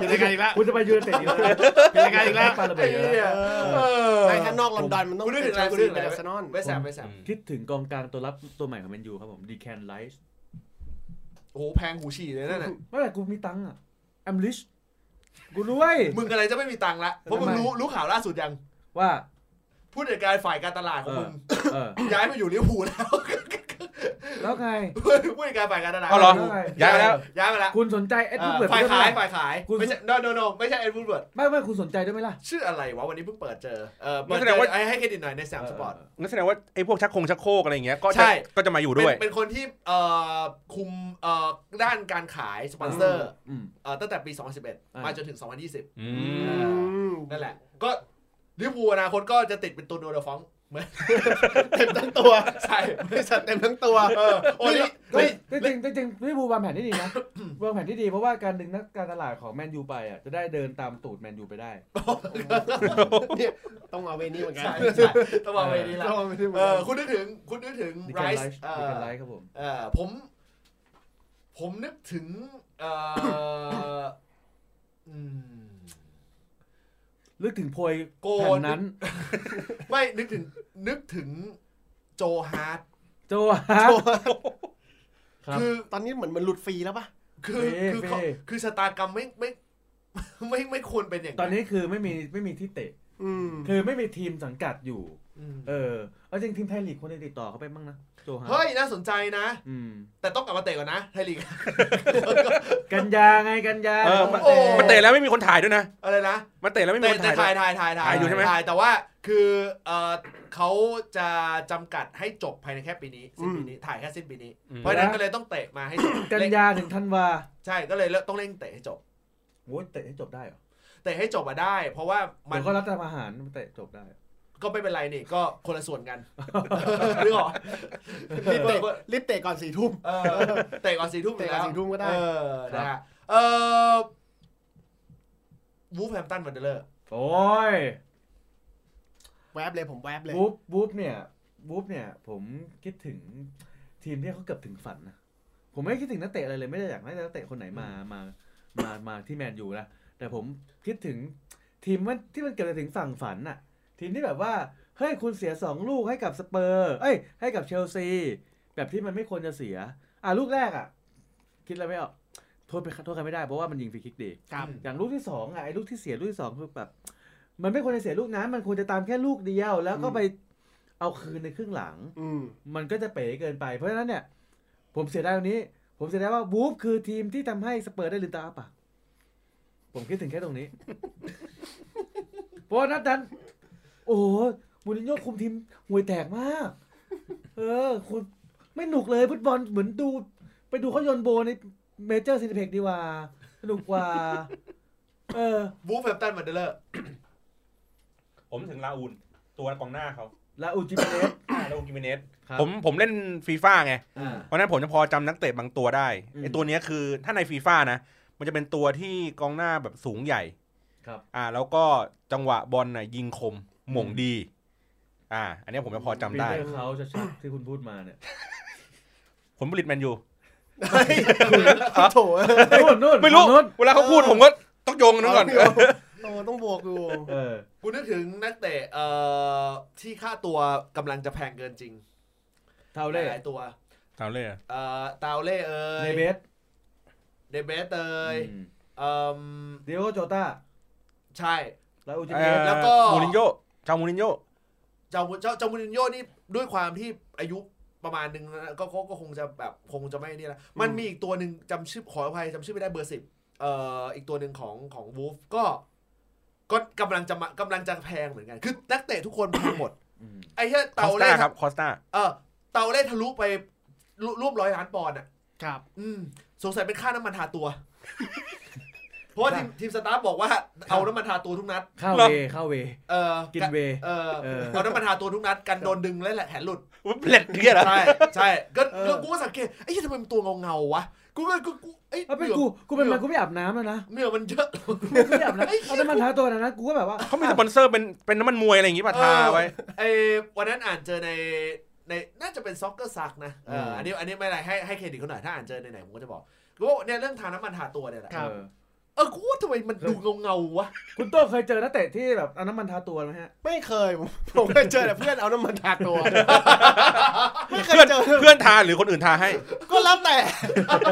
[SPEAKER 5] ผิดรายการอีกแล้ว
[SPEAKER 3] คุณจะไปยูไนเต็ดอีกแล้ว
[SPEAKER 5] ผิดรายการอีกแล้ว
[SPEAKER 3] ปาระเบิดอีกแล้ว
[SPEAKER 2] เออ
[SPEAKER 5] ไม่ถ้านอกลอนดอนมันต้อง
[SPEAKER 2] คุณนึกถึงอะไร
[SPEAKER 5] ชล
[SPEAKER 2] คุณนึ
[SPEAKER 5] ซี
[SPEAKER 2] กถึงอะไร
[SPEAKER 5] เป็นอาร์เซนอล
[SPEAKER 2] ไปแซมไปแซม
[SPEAKER 3] คิดถึงกองกลางตัวรับตัวใหม่ของแมนยูครับผมดีแคนไลท์
[SPEAKER 2] โอ้โหแพงหูฉี่เลยนั่นน่ะ
[SPEAKER 3] ไม่แต่กูมีตังค์อ่ะแอมลิชกูรวย
[SPEAKER 2] มึงอะไรจะไม่มีตังค์ละเพราะมึงรู้รู้ข่าวล่าสุดยัง
[SPEAKER 3] ว่า
[SPEAKER 2] ผู้จัดการฝ่ายการตลาดของมึง
[SPEAKER 3] เออ
[SPEAKER 2] ย้ายมาอยู่ลิเวอร์พูลแล้ว
[SPEAKER 3] แล้วไง
[SPEAKER 2] [laughs] ผู้จัดการฝ่ายการตลาด
[SPEAKER 4] เอาเหรอ
[SPEAKER 3] ได้
[SPEAKER 4] ย้ายไปแล้ว
[SPEAKER 2] ย้ายมาแล้ว
[SPEAKER 3] คุณสนใจเอ็ดวูดเบิร์ด
[SPEAKER 2] ฝ่าย
[SPEAKER 3] ด้วยไหม
[SPEAKER 2] ขายฝ่ายขาย
[SPEAKER 3] คุณ
[SPEAKER 2] ไม่ใช่ no no no ไม่ใช่เอ็ดวูดเบิร์ด
[SPEAKER 3] ไม่ไม่คุณสนใจด้วยไหมล่ะ
[SPEAKER 2] ชื่ออะไรวะวันนี้เพิ่งเปิดเจอเออ
[SPEAKER 4] นั่
[SPEAKER 2] เปิด
[SPEAKER 4] นแส
[SPEAKER 2] เจ
[SPEAKER 4] ดงว่า
[SPEAKER 2] อให้ให้เครดิตหน่อยในสยามสปอร์ต
[SPEAKER 4] งั้นแสดงว่าไอ้พวกชักโครงชักโครกอะไรอย่างเงี้ย ก็
[SPEAKER 2] ใช่
[SPEAKER 4] จะก็จะมาอยู่ด้วย
[SPEAKER 2] เป็นเป็นคนที่เอ่อคุมเอ่อด้านการขายสปอนเซอร์
[SPEAKER 3] อืม
[SPEAKER 2] เอ่อตั้งแต่ปี
[SPEAKER 3] อ่า
[SPEAKER 2] 2011
[SPEAKER 3] ม
[SPEAKER 2] มาจนถึง 2020
[SPEAKER 4] อื
[SPEAKER 5] อื
[SPEAKER 4] ม
[SPEAKER 5] ม
[SPEAKER 2] นั่นแหละ ก็ลิเวอร์พูลอนาคตก็จะติดเป็นตัวโดนฟอง
[SPEAKER 5] เต็มทั้งตัว
[SPEAKER 2] ใช่
[SPEAKER 5] บริษัทเต็มทั้งตัว
[SPEAKER 2] เออโอ้ยนี่
[SPEAKER 3] เฮ้
[SPEAKER 2] นี่
[SPEAKER 3] ยจริงๆจริงๆพี่บูวางแผนที่ดีนะ [coughs] วางแผนที่ดีเพราะว่าการดึงนักการตลาดของแมนยูไปอ่ะจะได้เดินตามตูดแมนยูไปได้
[SPEAKER 5] เนี่ยต้องเอาเวนี้เหมือนกัน
[SPEAKER 2] ใช่ใช่ต้องวางไว้ดีละ
[SPEAKER 5] ต้องเอาเวนี้เหมือ
[SPEAKER 2] เอน
[SPEAKER 5] กั
[SPEAKER 2] อน คุณนึกถึงคุณนึกถึง
[SPEAKER 3] ดี
[SPEAKER 2] ไร
[SPEAKER 3] การไล
[SPEAKER 2] ซ์
[SPEAKER 3] ฟ์ดีการไลฟ์ครับผม
[SPEAKER 2] เออผมผมนึกถึงเอออืม
[SPEAKER 3] นึกถึงโพย
[SPEAKER 2] โกน
[SPEAKER 3] แผ่นนั้น
[SPEAKER 2] ไม่นึกถึงนึกถึงโจฮาร์ด
[SPEAKER 3] โจฮาร์ด [laughs] ครับ
[SPEAKER 2] คือ
[SPEAKER 5] ตอนนี้เหมือนมันหลุดฟรีแล้วปะ
[SPEAKER 2] คือ
[SPEAKER 3] เฟ่
[SPEAKER 2] คือ
[SPEAKER 3] เฟ่
[SPEAKER 2] เขาคือชะตากรรมไม่ [laughs] ไม่ ไม่ไม่ควรเป็นอย่าง
[SPEAKER 3] ตอนนี้คือไม่มีไม่มีที่เตะ
[SPEAKER 5] อืม
[SPEAKER 3] คือไม่มีทีมสังกัดอยู่
[SPEAKER 2] อืม
[SPEAKER 3] เออเอาจริงทีมไทยลีกคนจะติดต่อเขาไปบ้างนะโจฮาร์ด
[SPEAKER 2] เฮ้ยน่าสนใจนะ
[SPEAKER 3] อืม
[SPEAKER 2] แต่ต้องกลับมาเตะก่อนนะไทยลีก
[SPEAKER 3] กันยาไงกันยา
[SPEAKER 4] เออ
[SPEAKER 3] ดี๋ยว
[SPEAKER 2] โอ้
[SPEAKER 3] า
[SPEAKER 4] มันเตะแล้วไม่มีคนถ่ายด้วยนะ
[SPEAKER 2] อะไรนะ
[SPEAKER 4] มันเตะแล้วไม่มี
[SPEAKER 2] เตะ
[SPEAKER 4] คน
[SPEAKER 2] เตะ
[SPEAKER 4] ถ่ายด้ว
[SPEAKER 2] ถ่าย ยถ่ายถ่าย
[SPEAKER 4] ถ่ายอยู่ใช่ไหม
[SPEAKER 2] ถ่ายแต่ว่าคือเออเขาจะจำกัดให้จบภายในแค่ปีนี้สิ้นปีนี้ถ่ายแค่สิ้นปีนี้
[SPEAKER 4] อืม
[SPEAKER 2] เพราะฉะนั้นก็เลยต้องเตะมาให้จบ
[SPEAKER 3] กันยาถึงธันวา
[SPEAKER 2] ใช่ก็เลยต้องเร่งเตะให้จบ
[SPEAKER 3] โอ้ยเตะให้จบได้เหรอ
[SPEAKER 2] เตะให้จบมาได้ เพราะว่ามั
[SPEAKER 3] มัน
[SPEAKER 2] น
[SPEAKER 3] ก็รัฐประหารมันเตะจบได้
[SPEAKER 2] ก็ไม่เป็นไรนี่ก็คนละส่วนกัน นึกออก
[SPEAKER 5] รีบเตะรีบเตะก่อนสี่ทุ่ม
[SPEAKER 2] เออเตะก่อนสี่ทุ่มอยู่
[SPEAKER 5] เตะก่
[SPEAKER 2] แล้
[SPEAKER 5] อน
[SPEAKER 2] ว
[SPEAKER 5] สี่ทุ่มก็ได้
[SPEAKER 2] เออ นะฮะ เออวูฟแฮมตันวันเดอร์เลอร์
[SPEAKER 3] โอ้ย
[SPEAKER 5] แวบเลยผมแวบเลย
[SPEAKER 3] บู๊บบู๊บเนี่ยบู๊บเนี่ย ผมคิดถึงทีมที่เขาเกือบถึงฝันนะผมไม่ได้คิดถึงนักเตะอะไรเลยไม่ได้อยากให้นักเตะคนไหนมามามามาที่แมนยูนะแต่ผมคิดถึงทีมมันที่มันเกือบจะถึงฝั่งฝันน่ะ ทีมที่แบบว่าเฮ้ยคุณเสียสองลูกให้กับสเปอร์เอ้ยให้กับเชลซีแบบที่มันไม่ควรจะเสีย อ่ะลูกแรกอ่ะ คิดอะไรไม่ออกโทษไปโทษใครไม่ได้เพราะว่ามันยิงฟรีคิกดี
[SPEAKER 5] ครับ
[SPEAKER 3] อย่างลูกที่สองอ่ะไอ้ลูกที่เสียลูกที่สองคือแบบ มันไม่ควรจะเสียลูกนั้น มันควรจะตามแค่ลูกเดียว แล้วก็ไปเอาคืนในครึ่งหลัง
[SPEAKER 5] อืม
[SPEAKER 3] มันก็จะเป๋เกินไป เพราะฉะนั้นเนี่ย ผมเสียดายตรงนี้ ผมเสียดายว่าบูฟคือทีมที่ทำให้สเปอร์ได้ลืมตาอ้าปากผมคิดถึงแค่ตรงนี้ [laughs] เพราะนัดนั้น โอ้โหมูรินโญ่คุมทีมห่วยแตกมาก เออ คุณไม่หนุกเลยฟุตบอลเหมือนดู ไปดูเขาโยนโบในเมเจอร์ซินเพ็กดีกว่าสนุกกว่า เออ
[SPEAKER 2] วูฟแฮมตันวันเดอร์เลอร์
[SPEAKER 4] ผมถึงลาอูนตัวกองหน้าเขา
[SPEAKER 3] ลาอูจิเมเนส
[SPEAKER 4] อ่าลาอูนกิเมเนส
[SPEAKER 3] ครับ
[SPEAKER 4] ผมผมเล่นฟีฟ่าไง
[SPEAKER 3] อ่า
[SPEAKER 4] เพราะฉะนั้นผมจะพอจำนักเตะบางตัวได้
[SPEAKER 3] อืม
[SPEAKER 4] ไอตัวเนี้ยคือถ้าในฟีฟ่านะ มันจะเป็นตัวที่กองหน้าแบบสูงใหญ่
[SPEAKER 3] ครับ
[SPEAKER 4] อ่า แล้วก็จังหวะบอลน่ะยิงคมหม่งดี อ่า อันเนี้ยผมจะพอจำ
[SPEAKER 3] ปี
[SPEAKER 4] ได้
[SPEAKER 3] เตอร์เขาจะชัดที่คุณพูดมาเนี่ย
[SPEAKER 4] ผลผลิตแมนยู
[SPEAKER 5] โถเอ้ย
[SPEAKER 3] นู่นนู่น
[SPEAKER 4] ไม่รู้
[SPEAKER 3] นู่น
[SPEAKER 4] เวลาเขาพูดผมก็ต้องโยงกันไว้ก่อน
[SPEAKER 5] โอ้ต้องบวกดู
[SPEAKER 3] เออ
[SPEAKER 2] กูนึกถึงนักเตะเอ่อที่ค่าตัวกำลังจะแพงเกินจริง
[SPEAKER 3] เท่าเล่
[SPEAKER 2] หลายๆตัว
[SPEAKER 4] เอาเลยอะ
[SPEAKER 2] เอ่อตาวเล่เอ่
[SPEAKER 3] ใน
[SPEAKER 2] ย
[SPEAKER 3] เบส
[SPEAKER 2] เดเบสเอ่ยเอ่ม
[SPEAKER 3] เดียโกโจต้า
[SPEAKER 2] ใช่
[SPEAKER 3] ลาอูจิ
[SPEAKER 4] เอ่
[SPEAKER 3] เม
[SPEAKER 4] อ
[SPEAKER 3] ส
[SPEAKER 2] แล้วก็
[SPEAKER 4] มูรินโญ่ชาวมูรินโญ่
[SPEAKER 2] เจ้าเจ้าเจ้ามูรินโญ่นี่ด้วยความที่อายุประมาณหนึ่งนะก็ก็ก็คงจะแบบคงจะไม่นี่ละมันมีอีกตัวหนึ่งจำชื่อขออภัยจำชื่อไม่ได้เบอร์สิบเอ่ออีกตัวหนึ่งของของวูฟก็ก็กำลังจะมากำลังจะแพงเหมือนกัน คือนักเตะทุกคนแพงหมด
[SPEAKER 3] อืม
[SPEAKER 2] ไอ้เหี้ย
[SPEAKER 4] คอ
[SPEAKER 2] เตา
[SPEAKER 4] ส
[SPEAKER 2] เล่
[SPEAKER 4] ตาครับคอสตา
[SPEAKER 2] เออเตาเล่ทะลุไปรูร่วมร้อยล้านปอนด์อ่ะ
[SPEAKER 5] ครับ
[SPEAKER 2] อืมสงสัยเป็นค่าน้ำมันทาตัว [laughs] เพราะว่าทีมทีมสตาฟบอกว่าเอาน้ำมันทาตัวทุกนัด
[SPEAKER 3] เข้าเวเข้าเว
[SPEAKER 2] เออ
[SPEAKER 3] กินเว
[SPEAKER 2] เออ
[SPEAKER 3] เออ
[SPEAKER 2] เอาน้ำมันทาตัวทุกนัดกันโดนดึงและแหละแขนหลุด
[SPEAKER 4] อุ๊ยเล็ดเงี้ยเหรอ
[SPEAKER 2] ใช่ใช่ก็
[SPEAKER 5] เออ
[SPEAKER 2] แล้วกูก็สังเกตไอ้เหี้ยทำไมมันตัวเงาเงาๆวะ กูก็กูกูไอ้ย
[SPEAKER 3] เอาเป็น
[SPEAKER 2] เหงื่อ
[SPEAKER 3] กู กูเป็นมันกูไม่อาบน้ำแล้วนะ
[SPEAKER 2] เหงื่อมันเยอะ
[SPEAKER 3] กูไม่อาบน้ำเอาแต่มันท้าตัวนะนะ กูก็แบบว่า
[SPEAKER 4] เขามีสปอนเซอร์เป็นเป็นน้ำมันมวยอะไรอย่างงี้ป่ะทาไว้
[SPEAKER 2] เออวันนั้นอ่านเจอในในน่าจะเป็นซ็อกเกอร์ซักนะเอออันนี้อันนี้ไม่เป็นไรให้ให้เครดิตเขาหน่อยถ้าอ่านเจอในไหนผมก็จะบอกกูว่าเนี่ยเรื่องทาน้ำมันทาตัวเนี่ยแหละ
[SPEAKER 5] ครับ
[SPEAKER 3] เออ
[SPEAKER 2] เออกูว่าทำไมมันดูเงาเงาๆวะ
[SPEAKER 3] คุณโต้เคยเจอนักเตะที่แบบเอาน้ำมันทาตัวไหมฮะ
[SPEAKER 5] ไม่เคย ผมผมเคยเจอแต่เพื่อนเอาน้ำมันทาตัว ไม่เคย
[SPEAKER 4] เพื่อน
[SPEAKER 5] เจอ
[SPEAKER 4] เพื่อนทาหรือคนอื่นทาให้
[SPEAKER 5] ก็แล้วแต่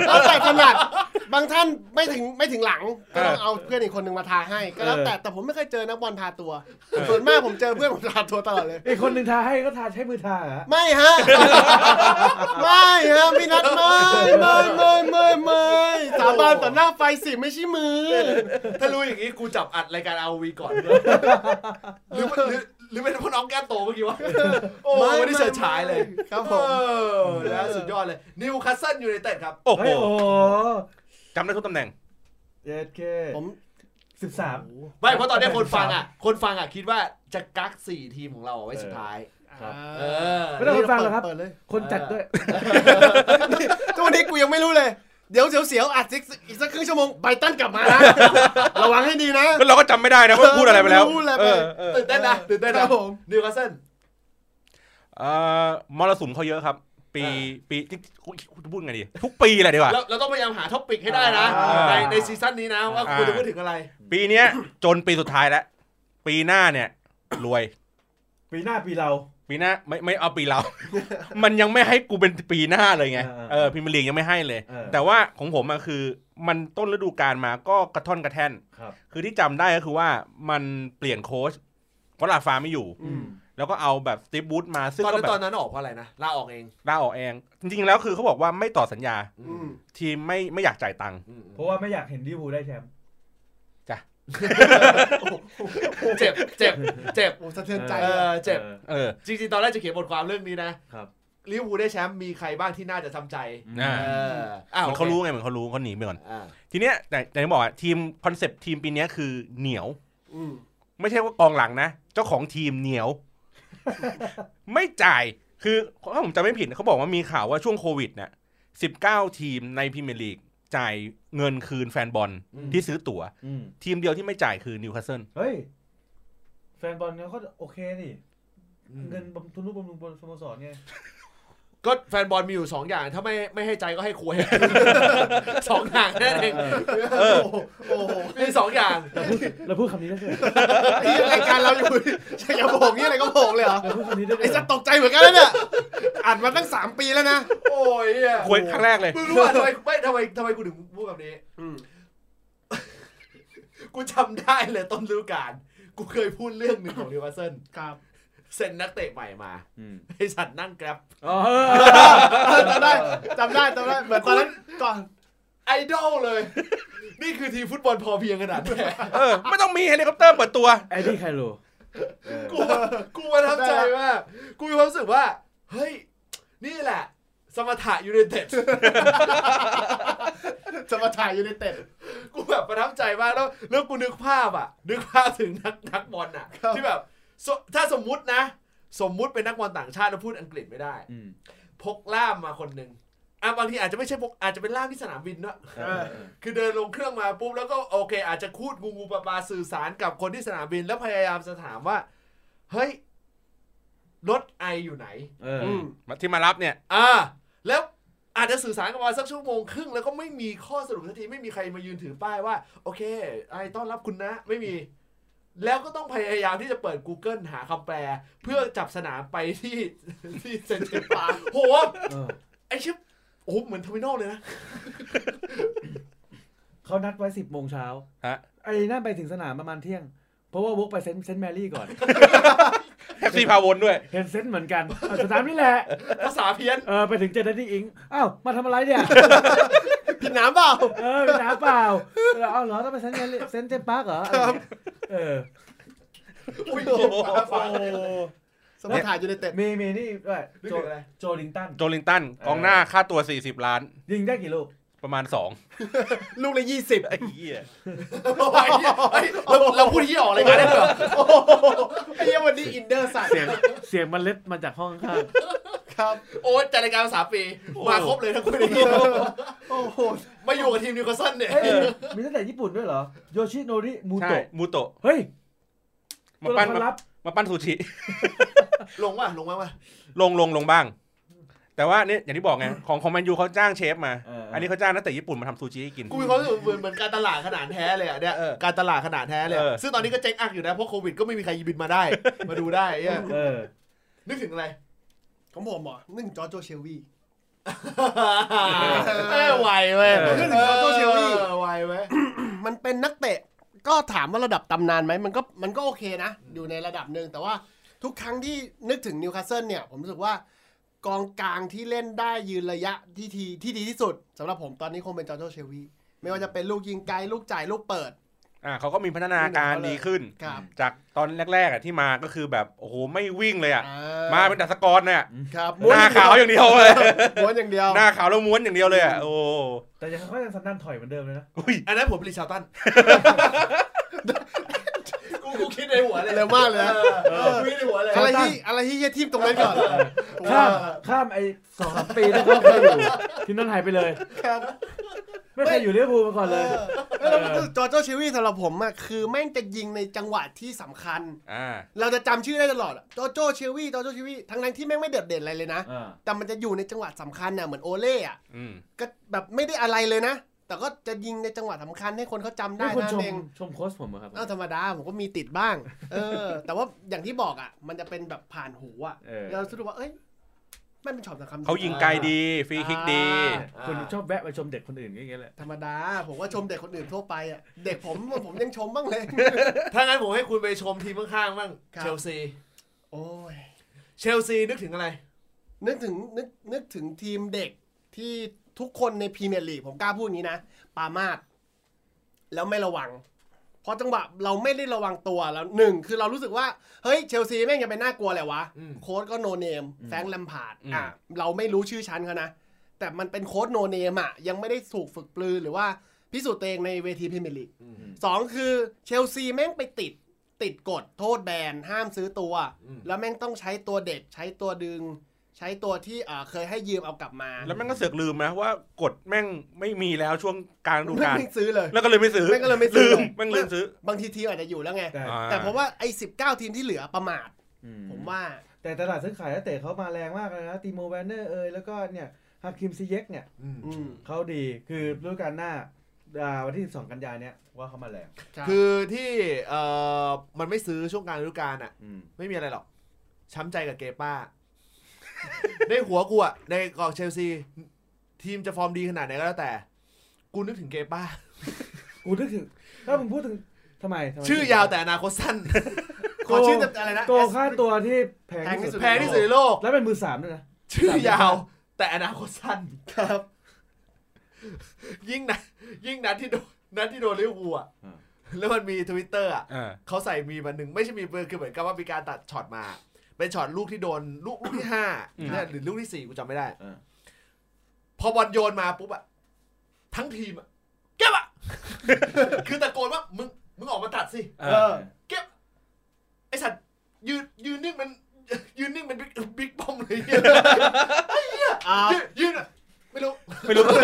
[SPEAKER 5] แล้วแต่ขนาด บางท่านไม่ถึงไม่ถึงหลัง ก็ต้องเอาเพื่อนอีกคนหนึ่งมาทาให้ ก็แล้วแต่แต่ผมไม่เคยเจอนักบอลทาตัว
[SPEAKER 4] เออ
[SPEAKER 5] ส่วนมากผมเจอเพื่อนผมทาตัวตลอดเลย
[SPEAKER 3] อีกคนหนึ่งทาให้ก็ทาใช้มือทาเหรอฮะ
[SPEAKER 5] ไม่ฮะ ไม่ฮะพี่นัทไม่ไม่ไม่ไม่ไม่สาบานต่อหน้าไฟสิไม่ใช่มือ
[SPEAKER 2] ถ้ารู้อย่างนี้กูจับอัดรายการเอาวีก่อนเลยหรือว่าหรือหรือเป็นเพราะน้องแก้มโตเมื่อกี้วะโอ้
[SPEAKER 5] ไม่
[SPEAKER 2] ไม่ได้เฉิดฉายเลย
[SPEAKER 5] ไม่ครับผม
[SPEAKER 2] เออนะสุดยอดเลยนิวคาสเซิลยูไนเต็ดครับ
[SPEAKER 4] โอ้โห
[SPEAKER 3] เฮ้ยโอ้โห
[SPEAKER 4] จำได้ทุกตำแหน่ง
[SPEAKER 3] เจ็ดเค
[SPEAKER 5] ผม
[SPEAKER 3] สิบสาม
[SPEAKER 2] ไม่เพราะตอนเนี้ยคนฟังอ่ะ คนฟังอ่ะคิดว่าจะกักสี่ทีมของเราเอาไว้สุดท้าย
[SPEAKER 3] ครับ
[SPEAKER 2] เออ
[SPEAKER 3] ไม่ต้องคนฟังหรอกครับ
[SPEAKER 5] เปิดเลย
[SPEAKER 3] คนจัดด้วย
[SPEAKER 5] ทุกวันนี้กูยังไม่รู้เลย เดี๋ยวเสียวๆอัดอีกสักครึ่งชั่วโมงไบตันกลับมานะ ระวังให้ดีนะ
[SPEAKER 4] ก็เราก็จำไม่ได้นะว่าพูดอะไรไปแล้ว
[SPEAKER 5] เออไม่รู้พูดอะไรไป
[SPEAKER 4] เออเออ
[SPEAKER 2] ตื่นเต้นนะตื่นเต้น
[SPEAKER 5] ค
[SPEAKER 2] นะ
[SPEAKER 5] รับผม
[SPEAKER 2] นิวคาสเซิล
[SPEAKER 4] เอ่อมรสุมเขาเยอะครับ ปี
[SPEAKER 2] เออ
[SPEAKER 4] ปีที่พูดไงดี ทุกปีแหละดีกว่า
[SPEAKER 2] เราเราต้องพยายามหาท็อปิกให้ได้นะ
[SPEAKER 3] อ่า
[SPEAKER 2] ในในซีซั่นนี้นะว่า
[SPEAKER 4] อ่า
[SPEAKER 2] คุณจะพูดถึงอะไร
[SPEAKER 4] ปีเนี้ย จนปีสุดท้ายแล้ว ปีหน้าเนี่ย รวย
[SPEAKER 3] ปีหน้าปีเรา
[SPEAKER 4] ปีหน้าไม่ไม่เอาปีเรา [laughs] มันยังไม่ให้กูเป็นปีหน้าเลยไง
[SPEAKER 3] เออ
[SPEAKER 4] เออพิมพ์ลีกยังไม่ให้เลย
[SPEAKER 3] เออ
[SPEAKER 4] แต่ว่าของผมอะคือ มันต้นฤดูกาลมาก็กระท่อนกระแท่น
[SPEAKER 3] ครับ
[SPEAKER 4] คือที่จำได้ก็คือว่ามันเปลี่ยนโค้ชเพราะลาฟาไม่อยู่
[SPEAKER 5] อืม
[SPEAKER 4] แล้วก็เอาแบบสตีฟบูธมาซึ่ง
[SPEAKER 2] ตอน
[SPEAKER 4] ก็
[SPEAKER 2] นั้น
[SPEAKER 4] แบ
[SPEAKER 2] ตอน
[SPEAKER 4] บ
[SPEAKER 2] นั้นออกเพราะอะไรนะลาออกเอง
[SPEAKER 4] ลาออกเอง จริงๆแล้วคือเขาบอกว่าไม่ต่อสัญญา
[SPEAKER 5] อืม
[SPEAKER 4] ทีมไม่ไม่อยากจ่ายตังค์
[SPEAKER 2] อืม
[SPEAKER 3] เพราะว่าไม่อยากเห็นลิเวอร์พูลได้แชมป์
[SPEAKER 2] เจ็บเจ็บเจ็บ
[SPEAKER 5] โอ้สะเทือนใจ
[SPEAKER 2] เอ
[SPEAKER 5] อะ
[SPEAKER 2] อเจ็บ
[SPEAKER 4] เออ
[SPEAKER 2] จริงๆ ตอนแรกจะเขียนบทความเรื่องนี้นะครับ ลิเวอร์พูลได้แชมป์มีใครบ้างที่น่าจะทำใจ
[SPEAKER 4] อ่า
[SPEAKER 2] เอออ้าว
[SPEAKER 4] เหมือนเขารู้ไงเหมือนเขารู้เขาหนีไปก่อน
[SPEAKER 2] อ่า
[SPEAKER 4] ทีเนี้ยแต่แต่ที่บอกอะทีมคอนเซปต์ทีมปีเนี้ยคือเหนียว
[SPEAKER 5] อืม
[SPEAKER 4] ไม่ใช่ว่ากองหลังนะ เจ้าของทีมเหนียว ไม่จ่ายคือถ้าผมจำไม่ผิดเขาบอกว่ามีข่าวว่าช่วงโควิดเนี่ยสิบเก้าทีมในพรีเมียร์ลีกจ่ายเงินคืนแฟนบอลที่ซื้อตั๋ว
[SPEAKER 3] อืม
[SPEAKER 4] ทีมเดียวที่ไม่จ่ายคือนิวคาสเซิล
[SPEAKER 3] เฮ้ย แฟนบอลเขาก็โอเคนี่
[SPEAKER 2] อืม
[SPEAKER 3] เงินบำทุนรูปบำรุงบนสโมสรไง
[SPEAKER 2] ก็แฟนบอลมีอยู่สองอย่าง ถ้าไม่ไม่ให้ใจก็ให้ควย [laughs] สองอย่างนั่นเอง
[SPEAKER 5] โอ้โหโอ้โห
[SPEAKER 2] มีสองอย่าง
[SPEAKER 3] เราพูด [laughs] เราพูดคำนี้ได้เลย
[SPEAKER 5] ไอ้เหี้ยรายการเราอยู่อย่าโผงนี่อะไรก็โผงเลยเหรอ
[SPEAKER 3] เราพูดคำนี้ได้เล
[SPEAKER 5] ไอ้
[SPEAKER 3] ย
[SPEAKER 5] จะตกใจเหมือนกันแล้วเนี่ยอัดมาตั้งสามปีแล้วนะ
[SPEAKER 2] โอ้ยเนี่ย
[SPEAKER 4] คุยครั้งแรกเลย
[SPEAKER 2] มึงรู้ว่าทำไมไม่ทำไมทำไมกูถึงพูดแบบนี้
[SPEAKER 5] อืม
[SPEAKER 2] [laughs] กูจำได้เลยต้นฤดูกาลกูเคยพูดเรื่องหนึ่งของนิวคาสเซิล
[SPEAKER 5] ครับ
[SPEAKER 2] เซ็นนักเตะใหม่มา
[SPEAKER 3] อืม
[SPEAKER 2] ไอ้สัตว์นั่งแกร็บ
[SPEAKER 3] อ๋อ
[SPEAKER 5] จำได้จำได้จำได้เหมือนตอนนั้นก่อน
[SPEAKER 2] ไอดอลเลย นี่คือทีมฟุตบอลพอเพียงขนาดไหน
[SPEAKER 4] เออ ไม่ต้องมีเฮลิคอปเตอร์เปิดตัว
[SPEAKER 3] ไอ้ที่ไคโล
[SPEAKER 2] กูกูประทับใจมากกูมีความรู้สึกว่า เฮ้ย นี่แหละ สมถะยูไนเต็ด
[SPEAKER 5] จะมาถ่ายยูไนเต็ด
[SPEAKER 2] กูแบบประทับใจมากแล้วแล้วกูนึกภาพอ่ะ นึกภาพถึงนักนักบอลอ่ะ
[SPEAKER 5] ครับ
[SPEAKER 2] ที่แบบสถ้าสมมุตินะ สมมุติเป็นนักบอลต่างชาติแล้วพูดอังกฤษไม่ได้
[SPEAKER 3] อืม
[SPEAKER 2] พกล่ามมาคนหนึ่งอ่ะบางทีอาจจะไม่ใช่พกอาจจะเป็นล่ามที่สนามบินด้วย
[SPEAKER 3] เออเออ
[SPEAKER 2] คือเดินลงเครื่องมาปุ๊บแล้วก็โอเค อาจจะคูดงูงูปลาปลาสื่อสารกับคนที่สนามบินแล้วพยายามจะถามว่า เฮ้ย รถไออยู่ไหน
[SPEAKER 3] เอออ
[SPEAKER 5] อืม
[SPEAKER 4] ที่มารับเนี่ย
[SPEAKER 2] อ่า แล้วอาจจะสื่อสารกันมาสักชั่วโมงครึ่งแล้วก็ไม่มีข้อสรุปทันทีไม่มีใครมายืนถือป้ายว่า โอเค ไอต้อนรับคุณนะ ไม่มี แล้วก็ต้องพยายามที่จะเปิด Google หาคำแปล เพื่อจับสนามไปที่ [laughs] ที่เซนเตอร์ปาร์คโห
[SPEAKER 3] เออ
[SPEAKER 2] ไอชิบโอ้โหเหมือนเทอร์มินอลเลยนะ [laughs]
[SPEAKER 3] เขานัดไว้สิบโมงเช้า
[SPEAKER 4] ฮะ
[SPEAKER 3] ไอ้นั่นไปถึงสนามประมาณเที่ยง เพราะว่าวกไปเซนต์เซนต์แมรี่ก่อน
[SPEAKER 4] แท็กซี่พาวนด้วย
[SPEAKER 3] เห็นเซนต์เหมือนกันอ่ะสนามนี่แหละ
[SPEAKER 2] ภาษาเพี้ยน
[SPEAKER 3] เออไปถึงเจอดันนี่อิง อ้าว มาทำอะไรเนี่ย
[SPEAKER 5] [laughs] ผิดน้ำเปล่า
[SPEAKER 3] เออมีน้ำเปล่าเออเอาเหรอต้องไปเซนต์แมรี่เซนต์เจมส์ปาร์กเหรออะไรเงี้ยเออ
[SPEAKER 2] อุ้ย
[SPEAKER 5] โอ้โห
[SPEAKER 2] ภาษาเพี้ยน
[SPEAKER 5] สมาถ่ายยูไนเต็ด
[SPEAKER 3] มีมีนี่ด้วย
[SPEAKER 2] นึก
[SPEAKER 3] โจ
[SPEAKER 2] ถึงอะไร
[SPEAKER 3] โจลิงตัน
[SPEAKER 4] โจลิงตัน กองหน้าค่าตัว 40 ล้าน
[SPEAKER 3] ยิงได้กี่ลูก
[SPEAKER 4] ประมาณ2
[SPEAKER 5] ลูกละยี่สิบ
[SPEAKER 4] ไอ้เหี้ย
[SPEAKER 2] ไอ้เหี้ยเฮ้ยเราเราพูดที่ออกรายการได้เหรอ
[SPEAKER 5] ไอ้เหี้ยวันนี้อินเดอร์สัตว์
[SPEAKER 3] เสียงเสียงมันเล็ดมาจากห้องข้าง
[SPEAKER 5] ครับ
[SPEAKER 2] โอ้ยจัดรายการภาษาปี มาครบเลยทั้งคู่เลย
[SPEAKER 5] โอ้โห
[SPEAKER 2] มาอยู่กับทีมนิวคาสเซิลเนี่ย
[SPEAKER 3] เอ้ยมีตั้งแต่ญี่ปุ่นด้วยเหรอ โยชิโนริมู
[SPEAKER 4] ใช่
[SPEAKER 3] โตะ
[SPEAKER 4] มูโตะ
[SPEAKER 3] เฮ้ย
[SPEAKER 4] มา
[SPEAKER 3] ตัวละคร
[SPEAKER 4] ปั้นมา
[SPEAKER 3] ลับ
[SPEAKER 4] มาปั้นซูชิ [laughs]
[SPEAKER 2] ลงว่ะลงมาว่ะ
[SPEAKER 4] ลงลงลงบ้าง แต่ว่าเนี่ยอย่างที่บอกไง ของของแมนยูเขาจ้างเชฟมา
[SPEAKER 3] เอออั
[SPEAKER 4] อันนี้เขาจ้างนักเตะญี่ปุ่นมาทำซูชิให้กิน
[SPEAKER 2] กูมีความรู้สึกเหมือนเหมือนการตลาดขนาดแท้เลยอ่ะเนี่ย
[SPEAKER 4] เออ
[SPEAKER 2] การตลาดขนาดแท้เลย
[SPEAKER 4] เออ
[SPEAKER 2] ซึ่งตอนนี้ก็เจ๊งอักอยู่นะ เพราะโควิดก็ไม่มีใครบินมาได้ [laughs] มาดูได้ไอ้เหี้ย
[SPEAKER 3] เออ
[SPEAKER 2] นึกถึงอะไร
[SPEAKER 5] ของผมเหรอนึ่งจอร์จโจเชลวี
[SPEAKER 2] เอ้ยไหวเว้ย
[SPEAKER 4] เออ
[SPEAKER 2] นึกถึงจอร์โจเชลวี่ไหวเว้ย
[SPEAKER 5] มันเป็นนักเตะก็ถามว่าระดับตำนานไหมมันก็มันก็โอเคนะ อยู่ในระดับหนึ่งแต่ว่าทุกครั้งที่นึกถึงนิวคาสเซิลเนี่ย ผมรู้สึกว่ากองกลางที่เล่นได้ยืนระยะที่ทีที่ดีที่สุดสำหรับผมตอนนี้คงเป็นจอร์โจเชลวีไม่ว่าจะเป็นลูกยิงไกล ลูกจ่ายลูกเปิด
[SPEAKER 4] อ่าเขาก็มีพัฒนาการดีขึ้น
[SPEAKER 5] ครับ
[SPEAKER 4] จากตอนแรกๆอ่ะที่มาก็คือแบบโอ้โหไม่วิ่งเลยอ่ะ
[SPEAKER 5] อ่
[SPEAKER 4] มาเป็นดัชกรเนี่ย
[SPEAKER 5] ครับ
[SPEAKER 4] หน้าขาวอย่างเดียวเลย
[SPEAKER 5] ม้วนอย่างเดียว [laughs]
[SPEAKER 4] หน้าขาวแล้วม้วนอย่างเดียวเลยอ่ะโอ้
[SPEAKER 3] แต่ยังเขายังสันดานถอยเหมือนเดิมเลยนะ
[SPEAKER 4] อุ้ย
[SPEAKER 2] อันนั้นผมผลิตชาวตัน กู กูคิดในหัวเลย
[SPEAKER 5] เร็วมากเลยนะ
[SPEAKER 2] เออกูคิดในหัวเลย
[SPEAKER 5] อะไรที่อะไรที่เยี่ยทิมตรงนั้นก่อน
[SPEAKER 3] ข้ามข้ามไอ้สองสามปีที่เขาเคย
[SPEAKER 5] [laughs]
[SPEAKER 3] อยู่ที่นั่นหายไปเลย
[SPEAKER 5] ครับ
[SPEAKER 3] ไม่เคยอยู่ลิเวอร์พูลมาก่อนเลย
[SPEAKER 5] เออแล้วมันจอร์โจชิวี่สำหรับผมอะคือแม่งจะยิงในจังหวะที่สำคัญ
[SPEAKER 4] อ่า
[SPEAKER 5] เราจะจำชื่อได้ตลอดอะจอร์โจชิวี่จอร์โจชิวี่ทั้งนั้นที่แม่งไม่เด็ดเด่นอะไรเลยนะ
[SPEAKER 3] อ่า
[SPEAKER 5] แต่มันจะอยู่ในจังหวะสำคัญน่ะเหมือนโอเล่อะ
[SPEAKER 4] อืม
[SPEAKER 5] ก็แบบไม่ได้อะไรเลยนะ แต่ก็จะยิงในจังหวะสำคัญให้คนเขาจำได้
[SPEAKER 3] นี่คุณ
[SPEAKER 5] นั่
[SPEAKER 3] ชม
[SPEAKER 5] นเอง
[SPEAKER 3] ชมโค้ชผมเหรอครับ
[SPEAKER 5] เอ้าธรรมดา ผมก็มีติดบ้าง เออ แต่ว่าอย่างที่บอกอ่ะ มันจะเป็นแบบผ่านหูอ่ะ
[SPEAKER 3] เออ
[SPEAKER 5] เรารู้สึกว่า เอ้ยมันเป็นช็อตสำคัญ
[SPEAKER 4] เขายิงไกลดี ฟรีคิกดี
[SPEAKER 3] คุณชอบแวะไปชมเด็กคนอื่นอย่างเงี้ยแหละ
[SPEAKER 5] ธรรมดา ผมว่าชมเด็กคนอื่นทั่วไปอ่ะ เด็กผมผมยังชมบ้างเลย
[SPEAKER 4] [laughs]
[SPEAKER 2] ถ้างั้นผมให้คุณไปชมทีมข้างๆบ้าง
[SPEAKER 5] ครับ
[SPEAKER 2] เชลซี
[SPEAKER 5] โอ้ย
[SPEAKER 2] เชลซีนึกถึงอะไร
[SPEAKER 5] นึกถึงนึกนึกถึงทีมเด็กที่ทุกคนในพรีเมียร์ลีกผมกล้าพูดอย่างนี้นะ ปามาดแล้วไม่ระวัง เพราะจังหวะเราไม่ได้ระวังตัวแล้วหนึ่งคือเรารู้สึกว่า เฮ้ยเชลซีแม่งจะเป็นน่ากลัวแหละวะ
[SPEAKER 2] อืม
[SPEAKER 5] โค้ดก็โนเนม แฟรงค์แลมพาร์ด
[SPEAKER 4] อืม
[SPEAKER 5] อ่ะเราไม่รู้ชื่อชั้นเขานะ แต่มันเป็นโค้ดโนเนมอ่ะ ยังไม่ได้ถูกฝึกปลือหรือว่าพิสูจน์ตัวเองในเวทีพรีเมียร์ลีก สองคือเชลซีแม่งไปติดติดกฎโทษแบน ห้ามซื้อตัว
[SPEAKER 2] อืม
[SPEAKER 5] แล้วแม่งต้องใช้ตัวเด็กใช้ตัวดึง ใช้ตัวที่เอ่อเคยให้ยืมเอากลับมา
[SPEAKER 4] แล้วแม่งก็เสือกลืมนะว่ากฎแม่งไม่มีแล้วช่วงกลางฤดู
[SPEAKER 5] แม่ง
[SPEAKER 4] กาล
[SPEAKER 5] ไม่ซื้อเลย
[SPEAKER 4] แล้วก็เลยไม่ซื้อ
[SPEAKER 5] แม่งก็เลยไม่ซื้อ
[SPEAKER 4] มแม่งลืมซื้อ
[SPEAKER 5] บางทีทีมอาจจะอยู่แล้วไง
[SPEAKER 3] แต่
[SPEAKER 4] อ่า
[SPEAKER 5] แต่เพราะว่าไอ้สิบเก้าทีมที่เหลือประมาท
[SPEAKER 3] อื
[SPEAKER 5] ผมว่า
[SPEAKER 3] แต่ตลาดซื้อขายนักเตะเขามาแรงมากเลยนะ ติโมแวนเนอร์เอยแล้วก็เนี่ยฮาคิมซิเยกเนี่ย
[SPEAKER 2] อืม
[SPEAKER 5] อืม
[SPEAKER 3] เขาดีคือฤดูกาลหน้าอ่าวันที่ 12 กันยายนเนี่ยว่าเขามาแรง
[SPEAKER 5] ครับ
[SPEAKER 2] คือที่เอ่อมันไม่ซื้อช่วงกลางฤดูกาลอ่ะ
[SPEAKER 3] อืม
[SPEAKER 2] ไม่มีอะไรหรอก ช้ำใจกับเกป้า ในหัวกูอ่ะ ในกองเชลซี ทีมจะฟอร์มดีขนาดไหนก็แล้วแต่ กูนึกถึงเกป้า
[SPEAKER 3] กูนึกถึง ถ้าผมพูดถึงทำไมทำไม
[SPEAKER 2] ชื่อยาวแต่อนาคตสั้น
[SPEAKER 5] ขอชื่ออะไรนะ
[SPEAKER 3] โกค่าตัวที่แพงที่สุด
[SPEAKER 2] แพงที่สุดในโลก
[SPEAKER 3] แล้วเป็นมือสามด้วยนะ
[SPEAKER 2] ชื่อยาวแต่อนาคตสั้น
[SPEAKER 5] ครับ
[SPEAKER 2] ยิ่งนัดยิ่งนัดที่โดนนัดที่โดนลิเวอร์พูลอ่ะ
[SPEAKER 3] อ่า
[SPEAKER 2] แล้วมันมีทวิตเตอร์อ่ะ
[SPEAKER 4] อ่า
[SPEAKER 2] เขาใส่มีมันหนึ่งไม่ใช่มีเบอร์คือเหมือนกับว่ามีการตัดช็อตมา เป็นช็อตลูกที่โดนลูกลูกที่ห้า
[SPEAKER 4] อืม
[SPEAKER 2] เนี่ยหรือลูกที่สี่กูจำไม่ได้
[SPEAKER 3] เออ
[SPEAKER 2] พอบอลโยนมาปุ๊บอะทั้งทีมอะเก็บอะ [laughs] คือตะโกนว่า มึงมึงออกมาตัดสิ
[SPEAKER 4] เอ
[SPEAKER 5] เอ
[SPEAKER 4] อ
[SPEAKER 5] อ
[SPEAKER 2] ไอสัตว์ยืนยืนนิ่งมัน ยืนนิ่งมันบิ๊กบิ๊กป้อมเลยเหี้ย [laughs]
[SPEAKER 5] อ้าว
[SPEAKER 2] ยืนยืนอะไม่รู้
[SPEAKER 4] ไม่รู้ [laughs]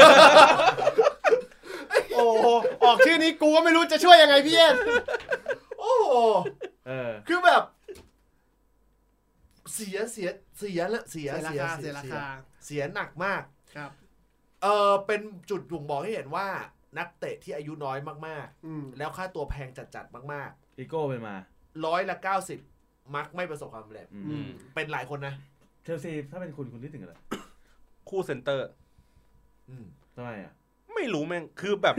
[SPEAKER 5] โอ้โหออกชื่อนี้กูก็ไม่รู้จะช่วยยังไงพี่เอ็น
[SPEAKER 2] โอ้โห
[SPEAKER 3] เออ
[SPEAKER 2] คือแบบ เสียเสียเสียละเสีย
[SPEAKER 5] เสียราคาเสียราคา
[SPEAKER 2] เสียหนักมาก
[SPEAKER 5] ครับ
[SPEAKER 2] เออเป็นจุดบ่งบอกให้เห็นว่านักเตะที่อายุน้อยมาก
[SPEAKER 5] อืม
[SPEAKER 2] ๆ แล้วค่าตัวแพงจัดๆมาก
[SPEAKER 3] อีโก้ไปมา
[SPEAKER 2] ๆร้อยละเก้าสิบมักไม่ประสบความสำเร็จ
[SPEAKER 3] อื
[SPEAKER 5] อื
[SPEAKER 3] ม
[SPEAKER 5] ม
[SPEAKER 2] เป็นหลายคนนะ
[SPEAKER 3] เชลซีถ้าเป็นคุณคุณนึกถึงอะไร
[SPEAKER 4] คู่เซนเตอร์
[SPEAKER 2] อืม
[SPEAKER 3] ทำไมอ่ะ
[SPEAKER 4] ไม่รู้แม่งคือแบบ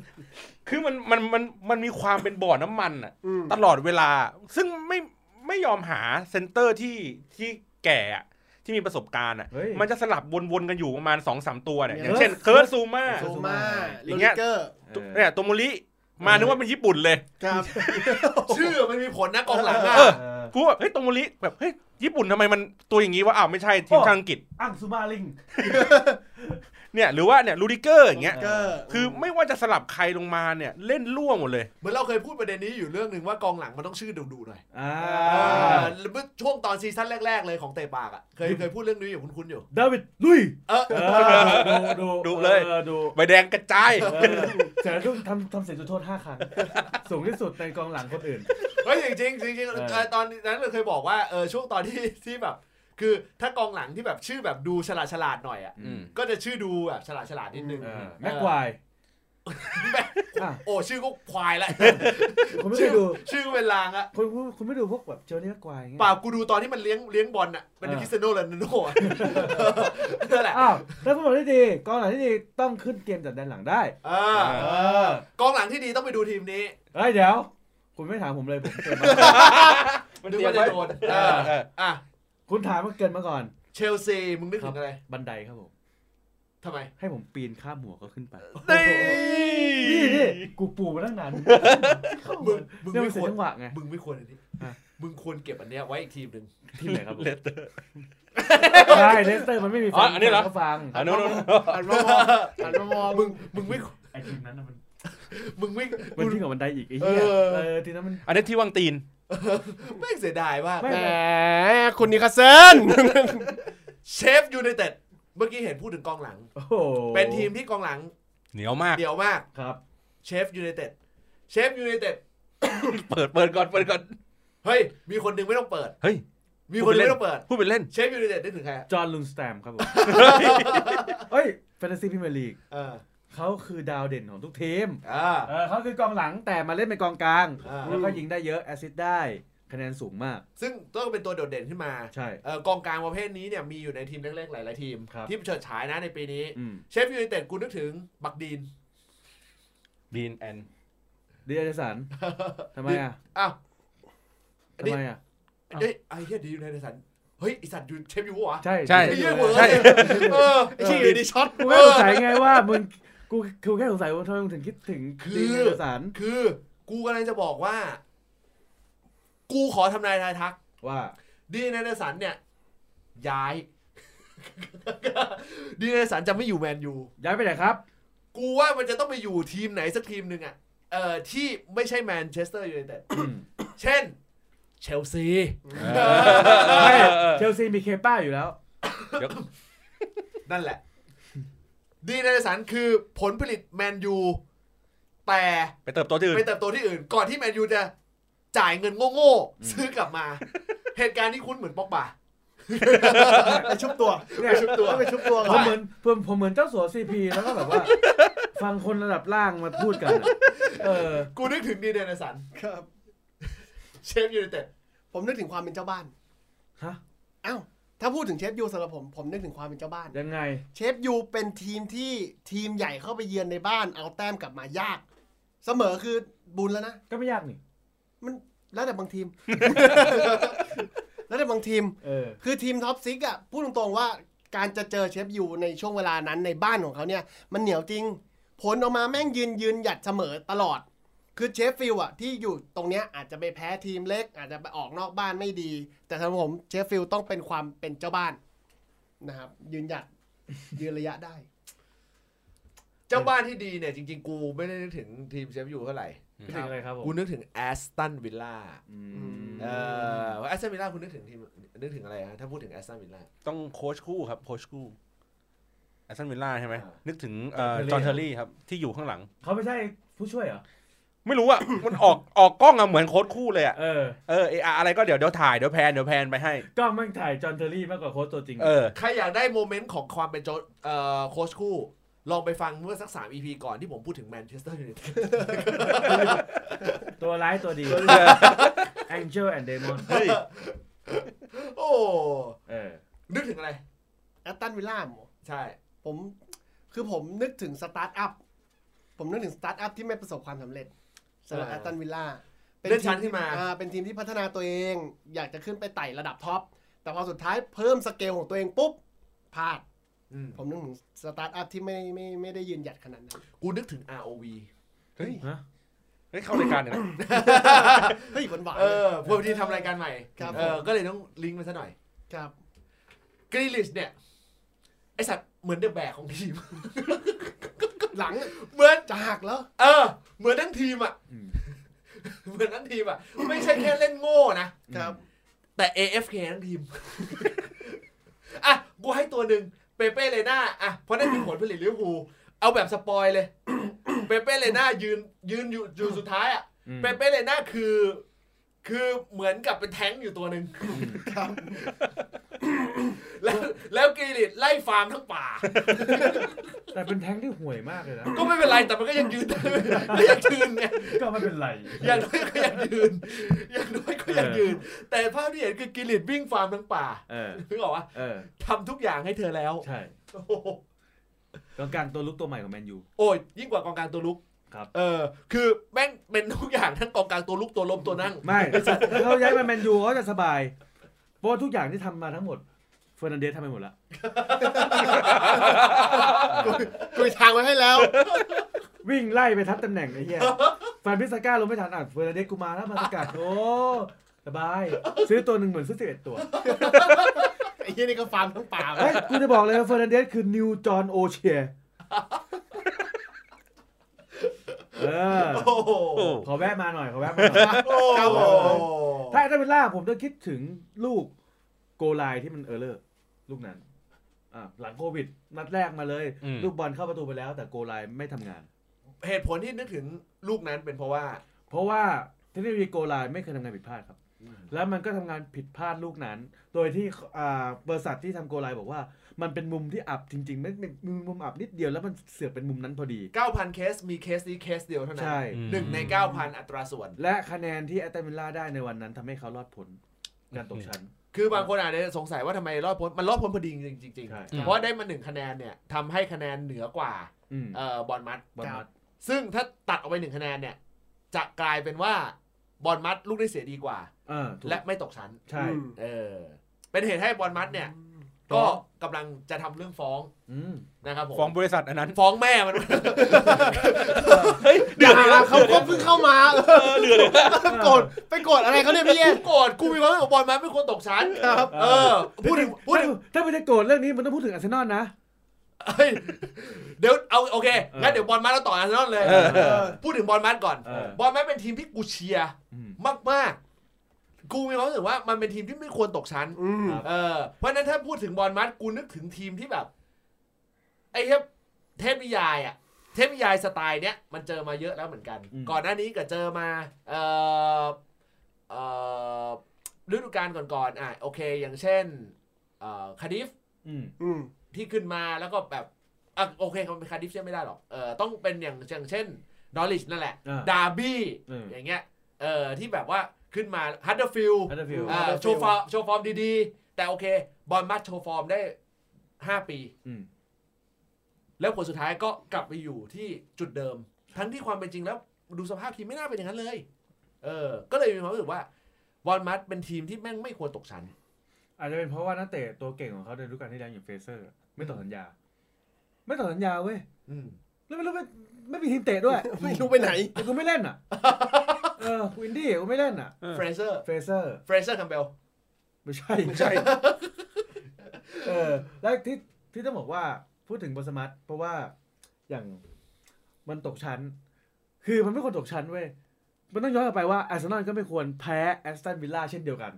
[SPEAKER 4] [laughs] คือมันมันมันมันมีความเป็นบ่อน้ำมันอะ
[SPEAKER 5] อืม
[SPEAKER 4] ตลอดเวลา ซึ่งไม่ไม่ยอมหาเซนเตอร์ที่ที่แก่อะที่มีประสบการณ์อะ
[SPEAKER 3] เฮ้ย
[SPEAKER 4] มันจะสลับวนๆกันอยู่ประมาณสองสามตัวเนี่ย
[SPEAKER 5] เดี๋
[SPEAKER 4] อ
[SPEAKER 5] ยว
[SPEAKER 4] ย่างเช่นเคิร์ตซูมา
[SPEAKER 5] โซมา
[SPEAKER 4] อ
[SPEAKER 5] โร
[SPEAKER 4] ย่างเงี้
[SPEAKER 5] ลิ
[SPEAKER 4] ย
[SPEAKER 5] เกอร์
[SPEAKER 3] เออ
[SPEAKER 4] เนี่ยโตโมริมานึกว่าเป็นญี่ปุ่นเลย
[SPEAKER 5] ครับ
[SPEAKER 2] ชื่อมันมีผลนะกองหลังอะ
[SPEAKER 4] เออ
[SPEAKER 3] เออ
[SPEAKER 4] กูแบบเฮ้ยโตโมริแบบเฮ้ยญี่ปุ่นทำไมมันตัวอย่างงี้วะอ้าวไม่ใช่ทีมชาติอังกฤษ
[SPEAKER 3] อังสุมาลิง
[SPEAKER 4] เนี่ยหรือว่าเนี่ยลูดิเกอร์อย่างเงี้ย
[SPEAKER 5] เกอร์
[SPEAKER 4] คือไม่ว่าจะสลับใครลงมาเนี่ยเล่นล่วงหมดเลย
[SPEAKER 2] เหมือนเราเคยพูดประเด็นนี้อยู่เรื่องหนึ่งว่ากองหลังมันต้องชื่อดุๆหน่อย
[SPEAKER 3] อ่า
[SPEAKER 2] เมื่อช่วงตอนซีซั่นแรก ๆ เลยของเตะปากอะเคยเคยพูดเรื่องนี้อยู่คุ้นๆอยู่
[SPEAKER 3] ดาวิดลุย
[SPEAKER 2] เออ
[SPEAKER 3] เออดู
[SPEAKER 4] ดูเลย
[SPEAKER 3] ออดู
[SPEAKER 4] ใบแดงกระ
[SPEAKER 5] [laughs]
[SPEAKER 4] จาย
[SPEAKER 3] เออแต่ลูกทำทำเสียจุดโทษห้าครั้ง สูงที่สุดในกองหลังคนอื่น
[SPEAKER 2] เฮ้ยจริงๆจริงๆ
[SPEAKER 3] เออ
[SPEAKER 2] เออตอนนั้นเราเคยบอกว่าเออช่วงตอนที่ที่แบบ คือถ้ากองหลังที่แบบชื่อแบบดูฉลาดฉลาดๆหน่อยอะ
[SPEAKER 4] อืม
[SPEAKER 2] ก็จะชื่อดูแบบฉลาดฉลาดๆนิดนึง
[SPEAKER 3] เออแม็กควายอ่ะ
[SPEAKER 2] โอ้ชื่อก็ควายละ
[SPEAKER 3] คุณไม่เค
[SPEAKER 2] ชื่อย
[SPEAKER 3] ดู
[SPEAKER 2] ชื่อเป็นลางอะ
[SPEAKER 3] คุณคุณคุณไม่ดูพวกแบบเจอนี่แม็กควายเงี้ย
[SPEAKER 2] เปล่ากูดูตอนที่มันเลี้ยงเลี้ยงบอลอะมันเป็นคริสเตียโนโรนัลโดอะนั่นแหละ
[SPEAKER 3] อ้าวแล้วฟุตบอลที่ดีกองหลังที่ดีต้องขึ้นเกมจากแดนหลังได้
[SPEAKER 2] เออ
[SPEAKER 3] เออก
[SPEAKER 2] องหลังที่ดีต้องไปดูทีมนี้
[SPEAKER 3] เฮ้ยเดี๋ยว คุณไม่ถามผมเลยผมเกิดมา
[SPEAKER 2] ดูว่าจะโดนเอออ่ะ
[SPEAKER 3] คุณถามมาเกินมาก่อน
[SPEAKER 2] เชลซีมึงนึกถึงอะไร
[SPEAKER 3] บันไดครับผม
[SPEAKER 2] ทำไม
[SPEAKER 3] ให้ผมปีนข้ามหัวเขาขึ้นไป
[SPEAKER 4] นี่
[SPEAKER 3] นี่นี่กูปูมาตั้งนาน
[SPEAKER 2] มึงมึง
[SPEAKER 3] เนี่ย
[SPEAKER 2] ไม่
[SPEAKER 3] มันเสี
[SPEAKER 2] คว
[SPEAKER 3] ย
[SPEAKER 2] ร
[SPEAKER 3] จังหวะไง
[SPEAKER 2] มึงไม่ควรอันนี้
[SPEAKER 3] อ่ะ
[SPEAKER 2] มึงควรเก็บอันเนี้ยไว้อีกทีมหนึ่ง
[SPEAKER 3] ทีมไหนครับผม
[SPEAKER 4] เลสเตอร์
[SPEAKER 3] [laughs] ใช่เลสเตอร์มันไม่มีแฟ
[SPEAKER 4] อ๋อน อันนี้เหรอ
[SPEAKER 3] ก็ฟัง
[SPEAKER 4] อันนู้น
[SPEAKER 5] หันมามองหันมามอง
[SPEAKER 2] มึงมึงไม่
[SPEAKER 3] ไอทีมนั้นน่ะมัน
[SPEAKER 2] มึงไม่
[SPEAKER 3] มัน
[SPEAKER 2] มึ
[SPEAKER 3] ยิ่
[SPEAKER 2] ง
[SPEAKER 3] งกว่าบันไดอีกไอ้เหี้ย
[SPEAKER 2] เออ
[SPEAKER 3] เออทีนั้นมัน
[SPEAKER 4] [laughs] อันนี้ที่วังตีน
[SPEAKER 2] ไม่งเสียดายมาก
[SPEAKER 3] ไม่
[SPEAKER 5] แหมคุณนิคาเซน
[SPEAKER 2] เชฟยูไนเต็ดเมื่อกี้เห็นพูดถึงกองหลัง
[SPEAKER 3] โอ้โห
[SPEAKER 2] เป็นทีมที่กองหลัง
[SPEAKER 4] [laughs] เหนียวมาก
[SPEAKER 2] เดี่ยวมาก
[SPEAKER 3] ครับ
[SPEAKER 2] เชฟยูไนเต็ดเชฟยูไนเต็ด
[SPEAKER 4] เปิดเปิดก่อนเปิดก่อน
[SPEAKER 2] เฮ้ย มีคนหนึ่งไม่ต้องเปิด
[SPEAKER 4] เฮ้ย
[SPEAKER 2] มีคนหนึงไม่ต้องเปิด
[SPEAKER 4] พูดเป็นเล่น
[SPEAKER 2] เชฟยูไนเต็ดนึกถึงใครอะ
[SPEAKER 3] จอห์นลุนสแตมครับผมเอ้ยแฟนตาซีพรีเมียร์ลีก
[SPEAKER 2] เออ
[SPEAKER 3] เขาคือดาวเด่นของทุกทีม
[SPEAKER 2] อ่า
[SPEAKER 3] เออเขาคือกองหลังแต่มาเล่นเป็นกองกลาง
[SPEAKER 2] อ่า
[SPEAKER 3] แล้วก็ยิงได้เยอะแอสซิสต์ได้คะแนนสูงมาก
[SPEAKER 2] ซึ่งต้องเป็นตัวโดดเด่นขึ้นมา
[SPEAKER 3] ใช่
[SPEAKER 2] เออกองกลางประเภทนี้เนี่ยมีอยู่ในทีมเล็กๆหลายๆทีม
[SPEAKER 3] ครับ
[SPEAKER 2] ที่เฉิดฉายนะในปีนี้
[SPEAKER 3] อืม
[SPEAKER 2] เชฟยูไนเต็ดกูนึกถึงบักดีน [laughs]
[SPEAKER 4] ดีนแอน
[SPEAKER 3] ดีเอเดสันทำไมอ่ะ
[SPEAKER 2] อ้าว อันนี้
[SPEAKER 3] ทำไมอ่ะ
[SPEAKER 2] เอ้ยไอ้เหี้ยดียูไนเต็ดสันเฮ้ยไอสัตว์ยูเชฟยูวะ
[SPEAKER 3] ใช่
[SPEAKER 4] ใช่
[SPEAKER 2] ไอ้เหี้ยเหวอ
[SPEAKER 4] ใช่
[SPEAKER 2] เออไอ้เหี้ยอยู่ดีช็อต
[SPEAKER 3] กูแค่สงสัยไงว่ามึงกูกูแค่สงสัยว่าทำไมมึงถึงคิดถึง
[SPEAKER 2] คือ
[SPEAKER 3] ดีเอเดสัน
[SPEAKER 2] คือกูกำลังจะบอกว่า กูขอทำนายทายทัก
[SPEAKER 3] ว่า
[SPEAKER 2] ดีเนเดสันเนี่ย ย้าย [laughs] ดีเนเดสันจะไม่อยู่แมนยู
[SPEAKER 3] ย้ายไปไหนครับ
[SPEAKER 2] กูว่ามันจะต้องไปอยู่ทีมไหนสักทีมหนึ่งอ่ะเอ่อที่ไม่ใช่แมนเชสเตอร์ยูไนเต็ด [coughs] เช่น เชลซี
[SPEAKER 3] ไม่เชลซีมีเคป้าอยู่แล้ว
[SPEAKER 2] นั่นแหละ ดีเนเดสันคือผลผลิตแมนยู แต่
[SPEAKER 4] ไปเติบโตที่อื่น
[SPEAKER 2] ไปเติบโตที่อื่น ก่อนที่แมนยูจะจ่ายเงินโง่ๆซื้อกลับมา เหตุการณ์นี้คุ้นเหมือนปอก [laughs] ป่า
[SPEAKER 5] ไปชุบตัว
[SPEAKER 2] ไปชุบตัว
[SPEAKER 5] ไปชุบตัว
[SPEAKER 3] ผมเหมือนผมผมเหมือนเจ้าสัวซีพีแล้วก็แบบว่า ฟังคนระดับล่างมาพูดกันอะเออ
[SPEAKER 2] กูนึกถึงดีเนเดสัน
[SPEAKER 5] ครับ
[SPEAKER 2] เชฟยูไนเต็ด
[SPEAKER 5] ผมนึกถึงความเป็นเจ้าบ้าน
[SPEAKER 3] ฮะ
[SPEAKER 5] อ้าว ถ้าพูดถึงเชฟยูสำหรับผม ผมนึกถึงความเป็นเจ้าบ้าน
[SPEAKER 3] ยังไง
[SPEAKER 5] เชฟยูเป็นทีมที่ทีมใหญ่เข้าไปเยือนในบ้าน เอาแต้มกลับมายาก เสมอคือบุญแล้วนะ
[SPEAKER 3] ก็ไม่ยากนี่
[SPEAKER 5] มันแล้วแต่บางทีม [laughs] แล้วแต่บางทีม
[SPEAKER 3] เออ
[SPEAKER 5] คือทีมท็อปซิกอ่ะพูดตรงๆว่าการจะเจอเชฟยูในช่วงเวลานั้นในบ้านของเขาเนี่ย มันเหนียวจริง ผลออกมาแม่งยืนยืนหยัดเสมอตลอด คือเชฟฟิลด์อ่ะที่อยู่ตรงเนี้ยอาจจะไปแพ้ทีมเล็ก อาจจะไปออกนอกบ้านไม่ดี แต่สำหรับผมเชฟฟิลด์ต้องเป็นความเป็นเจ้าบ้านนะครับ ยืนหยัด ยืนระยะได้
[SPEAKER 2] เจ้าบ้านที่ดีเนี่ยจริงๆ กูไม่ได้นึกถึงทีมเชฟยูเท่าไหร่
[SPEAKER 3] ไม่ถึงอะไรครับผม
[SPEAKER 2] กูนึกถึงแอสตันวิลล่า
[SPEAKER 3] อืม
[SPEAKER 2] เออแอสตันวิลล่าคุณนึกถึงทีมนึกถึงอะไรฮะถ้าพูดถึงแอสตันวิลล่า
[SPEAKER 4] ต้องโค้ชคู่ครับ โค้ชคู่แอสตันวิลล่าใช่ไหม
[SPEAKER 2] อ่านึ
[SPEAKER 4] นึกถึงเอ่อจอห์นเทอร์รี่ครับ ที่อยู่ข้างหลัง
[SPEAKER 3] เขาไม่ใช่ผู้ช่วยเหรอ
[SPEAKER 4] ไม่รู้อ่ะ มันออกออกกล้องอะเหมือนโค้ชคู่เลยอะ
[SPEAKER 3] เออ
[SPEAKER 4] เออเอออะไรก็เดี๋ยวเดี๋ยวถ่ายเดี๋ยวแพนเดี๋ยวแพนไปให้
[SPEAKER 3] กล้องแม่งถ่ายจอห์นเทอร์รี่มากกว่าโค้ชตัวจริง
[SPEAKER 4] เออ
[SPEAKER 2] ใครอยากได้โมเมนต์ของความเป็นโจเอ่อโค้ชคู่ ลองไปฟังเมื่อสัก 3 EP ก่อนที่ผมพูดถึงแมนเชสเตอร์ยูไนเต็ด
[SPEAKER 3] ตัวร้ายตัวดี Angel and Demon
[SPEAKER 4] เฮ้ย
[SPEAKER 2] [laughs] โอ้
[SPEAKER 3] เออ
[SPEAKER 2] นึกถึงอะไร
[SPEAKER 5] แอตตันวิลล่าหมอ
[SPEAKER 2] ใช่
[SPEAKER 5] ผมคือผมนึกถึงสตาร์ทอัพ ผมนึกถึงสตาร์ทอัพที่ไม่ประสบความสำเร็จสำหรับแอตตันวิลล่า
[SPEAKER 2] เลื่อนชั้นขึ้นมา
[SPEAKER 5] อ่าเป็นทีมที่พัฒนาตัวเองอยากจะขึ้นไปไต่ระดับท็อป แต่พอสุดท้ายเพิ่มสเกลของตัวเองปุ๊บพลาด
[SPEAKER 2] อืม
[SPEAKER 5] ผมนึกถึงสตาร์ทอัพที่ไม่ไม่ไม่ได้ยืนหยัดขนาดนั้น
[SPEAKER 2] กูนึกถึง ROV
[SPEAKER 4] เฮ้ย
[SPEAKER 3] ฮะ
[SPEAKER 4] เฮ้ย เข้ารายการเนี่ยนะ
[SPEAKER 5] เฮ้ยหวานหวาน
[SPEAKER 2] [laughs] เออพอดีทำรายการใหม่
[SPEAKER 5] ครับ
[SPEAKER 2] เออก็เลยต้องลิงก์มันซะหน่อย
[SPEAKER 5] ครับ
[SPEAKER 2] กรีลิชเนี่ย ไอสัตว์เหมือนเดอะแบกของทีม [laughs]
[SPEAKER 5] หลัง
[SPEAKER 2] เหมือน
[SPEAKER 5] จะหักแล้ว
[SPEAKER 2] เออ เหมือนทั้งทีมอ่ะ
[SPEAKER 3] อืม
[SPEAKER 2] เหมือนทั้งทีมอ่ะ ไม่ใช่แค่เล่นโง่นะ
[SPEAKER 5] ครับ
[SPEAKER 2] แต่ AFK ทั้งทีม อ่ะ กูให้ตัวหนึ่งเปเป้เลน่าอ่ะเพราะนั่นคือผลผลิตลิเวอร์พูลเอาแบบสปอยเลย เปเป้เลน่ายืนยืนอยู่อยู่สุดท้ายอ่ะ
[SPEAKER 3] อืม
[SPEAKER 2] เปเป้เลน่าคือ คือเหมือนกับเป็นแท้งอยู่ตัวหนึ่งแล้วแล้วกรีลิชไล่ฟาร์มทั้งป่า
[SPEAKER 3] แต่เป็นแท้งที่ห่วยมากเลยนะ
[SPEAKER 2] ก็ไม่เป็นไรแต่มันก็ยังยืน ก็ยังยืนไง
[SPEAKER 3] ก็ไม่เป็นไร
[SPEAKER 2] อย่างน้อยก็ยังยืนอย่างน้อยก็ยังยืน แต่ภาพที่เห็นคือกิลิดวิ่งฟาร์มทั้งป่า
[SPEAKER 3] เออ
[SPEAKER 2] นึกออกวะ
[SPEAKER 3] เออ
[SPEAKER 2] ทำทุกอย่างให้เธอแล้ว
[SPEAKER 3] ใช่
[SPEAKER 2] โอ้โห
[SPEAKER 3] กองกลางตัวลุกตัวใหม่ของแมนยู
[SPEAKER 2] โอ้ยยิ่งกว่ากองกลางตัวลุก
[SPEAKER 3] ครับ
[SPEAKER 2] เออ คือแม่งเป็นทุกอย่างทั้งกองกลางตัวลุกตัวล้มตัวนั่ง
[SPEAKER 3] ไม่ถ้าเขาย้ายมาแมนยูเขาจะสบาย เพราะว่าทุกอย่างที่ทำมาทั้งหมดเฟอร์นันเดสทำไปหมดแล้ว
[SPEAKER 5] กุยทางไว้ให้แล้ว
[SPEAKER 3] วิ่งไล่ไปทับตำแหน่งไอ้เหี้ย
[SPEAKER 4] [laughs]
[SPEAKER 3] แฟนพิซซาก้าลงไม่ทันอ่ะเฟอร์นันเดสกูมาแล้วมาสกัดโอ้สบาย ซื้อตัวหนึ่งเหมือนซื้อสิบเอ็ดตัว
[SPEAKER 5] ไอ้เหี้ยนี่ก็ฟาร์มทั้งป่าเล
[SPEAKER 3] เฮ้
[SPEAKER 5] ย
[SPEAKER 3] ยกูจะบอกเลยว่าเฟอร์นันเดสคือนิวจอห์นโอเชีย
[SPEAKER 2] เอ
[SPEAKER 3] [laughs] เออ
[SPEAKER 2] โอ้โห
[SPEAKER 4] โอ้โห
[SPEAKER 3] ขอแวะมาหน่อยขอแวะมาหน่อย
[SPEAKER 2] ครับผม
[SPEAKER 3] ถ้าแอสตันวิลล่าผมต้องคิดถึงลูกโกลไลที่มันเออร์เลอร์ลูกนั้นอ่ะหลังโควิด นัดแรกมาเลย
[SPEAKER 4] อืม
[SPEAKER 3] ลูกบอลเข้าประตูไปแล้ว แต่โกลไลไม่ทำงาน
[SPEAKER 2] เหตุผลที่นึกถึงลูกนั้นเป็นเพราะว่า
[SPEAKER 3] เพราะว่าเทคโนโลยีโกลไลไม่เคยทำงานผิดพลาดครับ แล้วมันก็ทำงานผิดพลาดลูกนั้น โดยที่อ่าบริษัทที่ทำโกลไลบอกว่า มันเป็นมุมที่อับจริงๆไม่ไม่มุมอับนิดเดียวแล้วมันเสือกเป็นมุมนั้นพอดี
[SPEAKER 2] 9,000 เคส มีเคสนี้เคสเดียวเท่านั้น
[SPEAKER 3] ใช่
[SPEAKER 2] หนึ่งใน 9,000 อัตราส่วน
[SPEAKER 3] และคะแนนที่แอสตันวิลล่าได้ในวันนั้นทำให้เขารอดพ้นการตกชั้น
[SPEAKER 2] คือบางคนอาจจะสงสัยว่าทำไมรอดพ้น มันรอดพ้นพอดีจริงๆจริง
[SPEAKER 3] ใช่
[SPEAKER 2] ๆเพราะได้มาหนึ่งคะแนนเนี่ยทำให้คะแนนเหนือกว่า
[SPEAKER 3] อืม
[SPEAKER 2] เอ่อบอลมัด
[SPEAKER 3] บอลมัด
[SPEAKER 2] ซึ่งถ้าตัดออกไปหนึ่งคะแนนเนี่ย จะกลายเป็นว่าบอลมัดลูกได้เสียดีกว่า
[SPEAKER 3] เออถูก
[SPEAKER 2] และไม่ตกชั้น
[SPEAKER 3] ใช่
[SPEAKER 5] อืม
[SPEAKER 2] เออ เป็นเหตุให้บอลมัดเนี่ย
[SPEAKER 3] ฟ้
[SPEAKER 2] ก็
[SPEAKER 3] อง
[SPEAKER 2] กำลังจะทำเรื่องฟ้อง
[SPEAKER 3] อืม
[SPEAKER 2] นะครับผม
[SPEAKER 4] ฟ้องบริษัทอันนั้น
[SPEAKER 2] ฟ้องแม่มัน
[SPEAKER 4] เฮ้ยเดือดเลยนะ
[SPEAKER 5] เขาก็เพิ่งเข้ามา
[SPEAKER 4] เออเดือดเลยนะ
[SPEAKER 5] โกรธ [laughs] ไปโกรธอะไรเขาเนี่ยพี่เอ
[SPEAKER 2] กู
[SPEAKER 5] ส
[SPEAKER 2] โกรธกูมีความรู้สึกว่าบอลมันไม่ควรตกชั้น
[SPEAKER 5] ครับ
[SPEAKER 2] เออ พูดถึงพูดถึง
[SPEAKER 3] ถ้าไม่ได้โกรธเรื่องนี้มันต้องพูดถึงอาร์เซนอลนะ
[SPEAKER 2] เฮ้ยเดี๋ยวเอาโอเค
[SPEAKER 3] เออ
[SPEAKER 2] งั้นเดี๋ยวบอลมัดเราต่ออาร์เซนอลเลย
[SPEAKER 3] เออ
[SPEAKER 2] พูดถึงบอลมัดก่อน
[SPEAKER 3] เออ
[SPEAKER 2] บอลมัดเป็นทีมที่กูเชียร์มากๆ กูมีความรู้สึกว่ามันเป็นทีมที่ไม่ควรตกชั้น
[SPEAKER 5] อืม
[SPEAKER 2] เออเพราะฉะนั้นถ้าพูดถึงบอลมัดกูนึกถึงทีมที่แบบ ไอ้เทพเทพนิยายอะเทพนิยายสไตล์เนี้ยมันเจอมาเยอะแล้วเหมือนกัน
[SPEAKER 3] อืม
[SPEAKER 2] ก่อนหน้านี้ก็เจอมาเออเออฤดูกาลก่อนๆอ่ะโอเค อย่างเช่นเอ่อคาดิฟ
[SPEAKER 3] อืม
[SPEAKER 5] อืม
[SPEAKER 2] ที่ขึ้นมาแล้วก็แบบอ่ะโอเคมันเป็นคาร์ดิฟเชื่อไม่ได้หรอกเออต้องเป็นอย่างอย่างเช่นดอลลิชนั่นแหละ
[SPEAKER 3] อ่า
[SPEAKER 2] ดาร์บี้
[SPEAKER 3] อืม
[SPEAKER 2] อย่างเงี้ยเออที่แบบว่าขึ้นมาฮัตเตอร์ฟิลด์
[SPEAKER 3] ฮัตเตอร์ฟิลด์
[SPEAKER 2] อ่าโช
[SPEAKER 5] Huddersfield
[SPEAKER 2] ว์ฟอร์มโชว์ฟอร์มดีๆ แต่โอเค บอลมัดโชว์ฟอร์มได้ 5 ปี
[SPEAKER 3] อืม
[SPEAKER 2] แล้วผลสุดท้ายก็กลับไปอยู่ที่จุดเดิม ทั้งที่ความเป็นจริงแล้วดูสภาพทีมไม่น่าเป็นอย่างนั้นเลย เออ ก็เลยมีความรู้สึกว่าบอลมัดเป็นทีมที่แม่งไม่ควรตกชั้น
[SPEAKER 3] อาจจะเป็นเพราะว่านักเตะตัวเก่งของเขาในฤดูกาลที่แล้วอย่างเฟเซอร์ ไม่ต่อสัญญา ไม่ต่อสัญญาเว้ย
[SPEAKER 2] อืม
[SPEAKER 3] แล้วไม่รู้ไม่ไม่มีทีมเตะด้วย
[SPEAKER 5] ไม่รู้ไปไหน
[SPEAKER 3] แต่กูไม่เล่น
[SPEAKER 5] [laughs]
[SPEAKER 3] อ่ะ เออกูอินดี้กูไม่เล่นอ่ะ
[SPEAKER 2] เฟรเซอร์
[SPEAKER 3] เฟเซอร์
[SPEAKER 2] เฟรเซอร์คัมเบล
[SPEAKER 3] ไม่ใช่ ไม่ใช่ เออ แล้วที่ที่ต้องบอกว่าพูดถึงบอสมัตเพราะว่าอย่างมันตกชั้น คือมันไม่ควรตกชั้นเว้ย มันต้องย้อนกลับไปว่าอาร์เซนอลก็ไม่ควรแพ้แอสตันวิลล่าเช่นเดียวกัน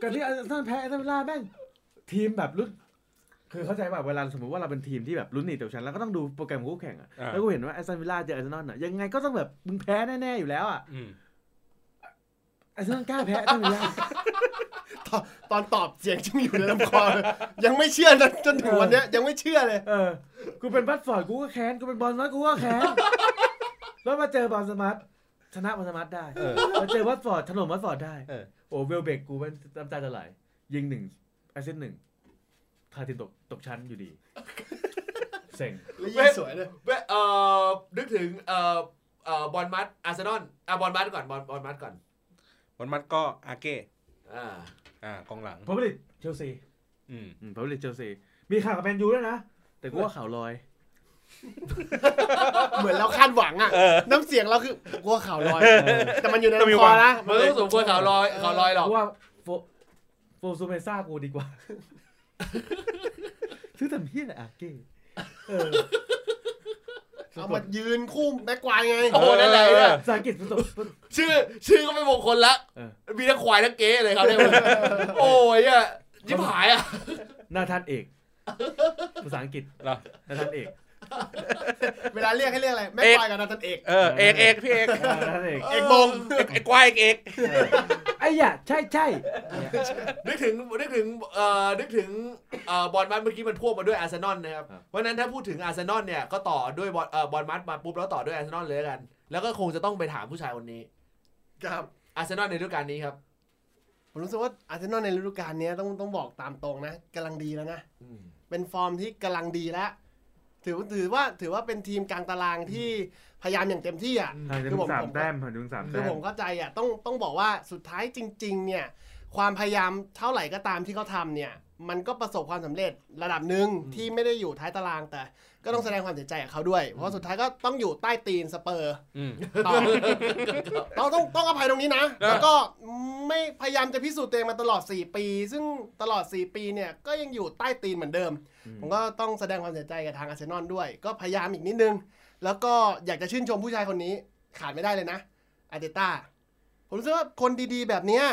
[SPEAKER 3] การที่อาร์เซนอลแพ้แอสตันวิลล่าแม่งทีมแบบลุ้นคือเข้าใจป่ะเวลาสมมติว่าเราเป็นทีมที่แบบลุ้นหนีตกชั้นแล้วก็ต้องดูโปรแกรมของคู่แข่งอะแล้วก็เห็นว่าแอสตันวิลล่าเจออาร์เซนอลอะยังไงก็ต้องแบบมึงแพ้แน่ๆอยู่แล้วอะ
[SPEAKER 4] อืม
[SPEAKER 3] อาร์เซนอลกล้าแพ้แอสตันวิลล่า
[SPEAKER 5] ตอนตอบเสียงจึงอยู่ในลำคอเลยยังไม่เชื่อจนจนถึงวันเนี้ยยังไม่เชื่อเลย
[SPEAKER 3] เออ กูเป็นบัตฟอร์ดกูก็แค้น กูเป็นบอลสมัตกูก็แค้น [laughs] แล้วมาเจอบอลสมัตชนะบอลสมัตได้
[SPEAKER 4] เออ
[SPEAKER 3] มาเจอวัตฟอร์ดถล่มวัตฟอร์ดได้
[SPEAKER 4] เออ
[SPEAKER 3] โอ้เวลเบกกูเป็นน้ำตาจะไหล ยิงหนึ่งแอสเซนหนึ่งพาทีมตกตกชั้นอยู่ [laughs] ดี เซ็ง
[SPEAKER 5] แล้วยิ่งสวยเลย
[SPEAKER 2] เว้ยเอ่อนึกถึงเอ่อเอ่อบอลมัดอาร์เซนอลอ่ะบอลมัดก่อนบอลบอลมัดก่อน
[SPEAKER 4] วันมัดก็อาเก้
[SPEAKER 2] อ่า
[SPEAKER 4] อ่ากองหลัง
[SPEAKER 3] ผลผลิตเชลซี
[SPEAKER 4] อืม
[SPEAKER 3] อืมผลผลิตเชลซี มีข่าวกับแมนยูด้วยนะ แต่กูว่าข่าวลอย
[SPEAKER 5] เหมือนเราคาดหวังอ่ะ น้ำเสียงเราคือกลัวข่าวลอย แต่มันอยู่ในลำคอนะ
[SPEAKER 2] มันต้องสมควรข่าวลอยข่าวลอยหรอก
[SPEAKER 3] กูว่าโฟโฟซูเมซ่ากูดีกว่า ซื้อแต่เพี้ยอะไรอาเก้เออ
[SPEAKER 5] เอามายืนคู่แม็กควายไง
[SPEAKER 2] โอ้โหนั่นแหละ
[SPEAKER 4] เออ
[SPEAKER 3] ภาษาอังกฤษมันตก
[SPEAKER 2] ชื่อชื่อก็ไม่มงคลละ
[SPEAKER 3] เออ
[SPEAKER 2] มีทั้งควายทั้งเก๋เลยครับเนี่ยโอ้ยอ่ะยิบหายอ่ะ
[SPEAKER 3] นาธานเอก ภาษาอังกฤษ
[SPEAKER 4] เหรอ
[SPEAKER 3] นาธานเอก
[SPEAKER 5] เวลาเรียกให้เรียกอะไร แม็กควายกับนาธานเอก
[SPEAKER 4] เออเอกเอกพี่เอก
[SPEAKER 3] เออนาธานเอก
[SPEAKER 5] เอกบง
[SPEAKER 4] เอกไอ้กวายเอกเอก
[SPEAKER 3] ไอ้หยะใช่ใช่เนี่ย
[SPEAKER 2] นึกถึงนึกถึงเอ่อนึกถึงเอ่อบอลมัดเมื่อกี้มันพ่วงมาด้วยอาร์เซนอลนะครับเพราะฉะนั้นถ้าพูดถึงอาร์เซนอลเนี่ยก็ต่อด้วยบอลเอ่อบอลมัดมาปุ๊บแล้วต่อด้วยอาร์เซนอลเลยละกัน แล้วก็คงจะต้องไปถามผู้ชายคนนี้
[SPEAKER 5] ครับ
[SPEAKER 2] อาร์เซนอลในฤดูกาลนี้ครับ
[SPEAKER 5] ผมรู้สึกว่าอาร์เซนอลในฤดูกาลเนี้ยต้องต้องบอกตามตรงนะกำลังดีแล้วนะ เป็นฟอร์มที่กำลังดีแล้ว ถือถือว่าถือว่าเป็นทีมกลางตารางที่พยายามอย่างเต็มที่อ่ะ
[SPEAKER 2] อืม
[SPEAKER 3] ห่างจาก
[SPEAKER 5] คือผม
[SPEAKER 3] สามแต้มห่างจากสาม
[SPEAKER 5] คือ
[SPEAKER 3] แต้ม
[SPEAKER 5] ผมเข้าใจอ่ะต้องต้องบอกว่าสุดท้ายจริง ๆ เนี่ย ความพยายามเท่าไหร่ก็ตามที่เขาทำเนี่ย มันก็ประสบความสำเร็จระดับหนึ่ง
[SPEAKER 2] อืม
[SPEAKER 5] ที่ไม่ได้อยู่ท้ายตารางแต่ ก็ต้องแสดงความเสียใจกับเขาด้วย เพราะสุดท้ายก็ต้องอยู่ใต้ตีนสเปอ [laughs] ร์
[SPEAKER 4] อืม
[SPEAKER 5] ต่อต้องต้องต้องอภัยตรงนี้นะ
[SPEAKER 4] นะ
[SPEAKER 5] แล้วก็ไม่พยายามจะพิสูจน์ตัวเองมาตลอด 4 ปี ซึ่งตลอด 4 ปีเนี่ยก็ยังอยู่ใต้ตีนเหมือนเดิม
[SPEAKER 3] อืม
[SPEAKER 5] ผมก็ต้องแสดงความเสียใจกับทางอาร์เซนอลด้วย ก็พยายามอีกนิดนึง แล้วก็อยากจะชื่นชมผู้ชายคนนี้ ขาดไม่ได้เลยนะอาร์เตต้าผมรู้สึกว่าคนดีๆ แบบเนี้ย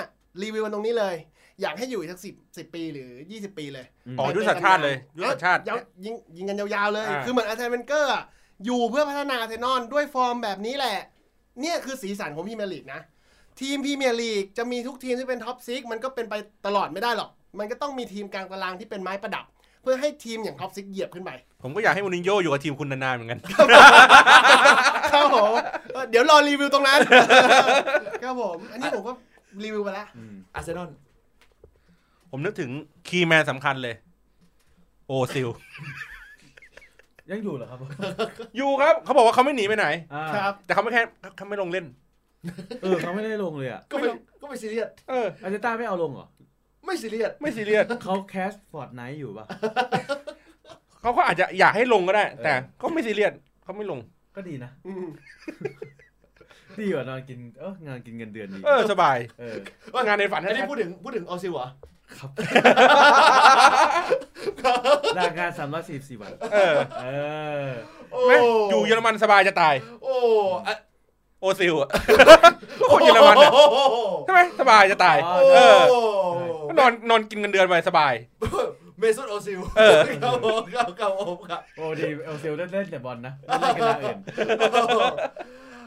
[SPEAKER 5] รีวิวกันตรงนี้เลย อยากให้อยู่อีกสักสิบสิบปีหรือยี่สิบปีเลย
[SPEAKER 4] อ๋อยุทธศาสตร์ชาติเลยยุทธศาสตร์ชาติ
[SPEAKER 5] เอ้ยยิงยิงกันยาวๆเลย
[SPEAKER 4] อ่า
[SPEAKER 5] คือเหมือนอาร์เซนเวนเกอร์อะอยู่เพื่อพัฒนาอาร์เซนอลด้วยฟอร์มแบบนี้แหละ เนี่ยคือสีสันของพรีเมียร์ลีกนะ ทีมพรีเมียร์ลีกจะมีทุกทีมที่เป็นท็อปซิกมันก็เป็นไปตลอดไม่ได้หรอก มันก็ต้องมีทีมกลางตารางที่เป็นไม้ประดับ เพื่อให้ทีมอย่างท็อปซิกเหยียบขึ้นไป
[SPEAKER 4] ผมก็อยากให้มูรินโญ่อยู่กับทีมคุณนานๆเหมือนกัน
[SPEAKER 5] ครับผมเออเดี๋ยวรอรีวิวตรงนั้น [laughs] ครับผม อันนี้ผมก็รีวิวไปแล้ว
[SPEAKER 2] อาร์เซนอล
[SPEAKER 4] ผมนึกถึงคีย์แมนสำคัญเลย โอซิล
[SPEAKER 3] ยังอยู่เหรอครับ
[SPEAKER 4] อยู่ครับเขาบอกว่าเขาไม่หนีไปไหน
[SPEAKER 3] อ่า
[SPEAKER 5] ครับ
[SPEAKER 4] แต่เขาไม่แค่เขาไม่ลงเล่น
[SPEAKER 3] เออเขาไม่ได้ลงเลยอ่ะ
[SPEAKER 2] ก็ไม่ก็ไม่ซีเรียส
[SPEAKER 4] เออ
[SPEAKER 3] อาร์เตต้าไม่เอาลงเหรอ
[SPEAKER 2] ไม่ซีเรียส
[SPEAKER 4] ไม่ซีเรียส
[SPEAKER 3] เขาแคสฟอร์ดไนท์อยู่ป่ะ
[SPEAKER 4] เขาก็อาจจะอยากให้ลงก็ได้
[SPEAKER 3] เออ
[SPEAKER 4] แต่ก็ไม่ซีเรียสเขาไม่ลง
[SPEAKER 3] ก็ดีนะ
[SPEAKER 5] อืม
[SPEAKER 3] ดีกว่านอนกินเอองานกินเงินเดือนดี
[SPEAKER 4] เออ สบาย
[SPEAKER 3] เออ
[SPEAKER 4] งานในฝัน
[SPEAKER 2] อันนี้
[SPEAKER 4] ให้
[SPEAKER 2] พูดถึงพูดถึงออซิลเหรอ
[SPEAKER 3] ครับ ลางานสามร้อยสี่สิบสี่วัน
[SPEAKER 4] เออ
[SPEAKER 3] เออ
[SPEAKER 2] โอ้
[SPEAKER 4] แม่งอยู่เยอรมันสบายจะตาย
[SPEAKER 2] โอ้อะ
[SPEAKER 4] โอซิลอะ [laughs] คนเยอรมัน [laughs] อะ
[SPEAKER 2] โอ้โห
[SPEAKER 4] ใช่ไหมสบายจะตาย
[SPEAKER 3] อ๋อ
[SPEAKER 2] โอ้
[SPEAKER 4] เออ
[SPEAKER 2] โห
[SPEAKER 4] ก็นอนนอนกินเงินเดือนไปสบาย
[SPEAKER 2] เมซุตออซิล
[SPEAKER 4] เออ
[SPEAKER 2] ครับผมครับครับผมครับ
[SPEAKER 3] โอ้ดีเอลเซลเล่นเล่นแต่บอลนะไม่เล่นกีฬาอื่น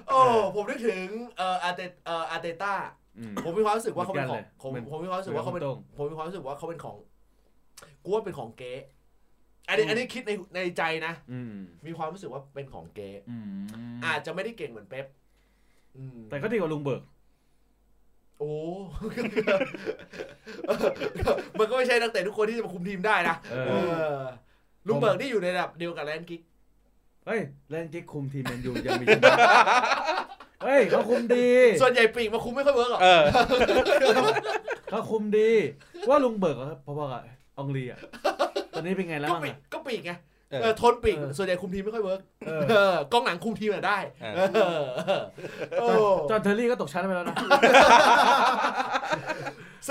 [SPEAKER 2] โอ้ผมนึกถึงเอ่ออาร์เตเอ่ออาร์เตต้า
[SPEAKER 3] อืม
[SPEAKER 2] ผมมีความรู้สึกว่าเขาเป็นของผม
[SPEAKER 3] เหมือนกันเลย
[SPEAKER 2] ผมมีความรู้สึกว่าเขาเป็น
[SPEAKER 3] เหมือนคุณโต้ง
[SPEAKER 2] ผมมีความรู้สึกว่าเขาเป็นของกูว่าเป็นของเก๊อันนี้อันนี้คิดในในใจนะ
[SPEAKER 3] อืม
[SPEAKER 2] มีความรู้สึกว่าเป็นของเก๊
[SPEAKER 3] อืม
[SPEAKER 2] อาจจะไม่ได้เก่งเหมือนเป๊ปอืม
[SPEAKER 3] แต่ก็ดีกว่าลุงเบิก
[SPEAKER 2] โอ้ [laughs] มันก็ไม่ใช่นักเตะทุกคนที่จะมาคุมทีมได้นะ
[SPEAKER 3] เออ
[SPEAKER 2] เออลุงเบิร์กนี่อยู่ในระดับเดียวกับแลนกิก
[SPEAKER 3] เฮ้ยเล่นกิ๊กคุมทีมแมนยูยังมีชนะ
[SPEAKER 2] [laughs]
[SPEAKER 3] เฮ้ยเขาคุมดี
[SPEAKER 2] ส่วนใหญ่ปีกมาคุมไม่ค่อยเวิร์กหรอก
[SPEAKER 4] เออ
[SPEAKER 3] เขาคุมดีว่าลุงเบิกอะพอๆกับอองลีอ่ะตอนนี้เป็นไงแล้ว
[SPEAKER 2] ก็
[SPEAKER 3] บ้าง
[SPEAKER 2] ปีก
[SPEAKER 3] อะ
[SPEAKER 2] ก็ปีกไง
[SPEAKER 4] เออ
[SPEAKER 2] เออทนปีก
[SPEAKER 3] เออ
[SPEAKER 2] ส่วนใหญ่คุมทีมไม่ค่อยเวิร์ก
[SPEAKER 3] เออ
[SPEAKER 2] เออกล้องหลังคุมทีมอะได้
[SPEAKER 4] เอ
[SPEAKER 2] เออโอ้
[SPEAKER 3] จอห์นจอห์นเทอร์รี่ก็ตกชั้นไปแล้วนะ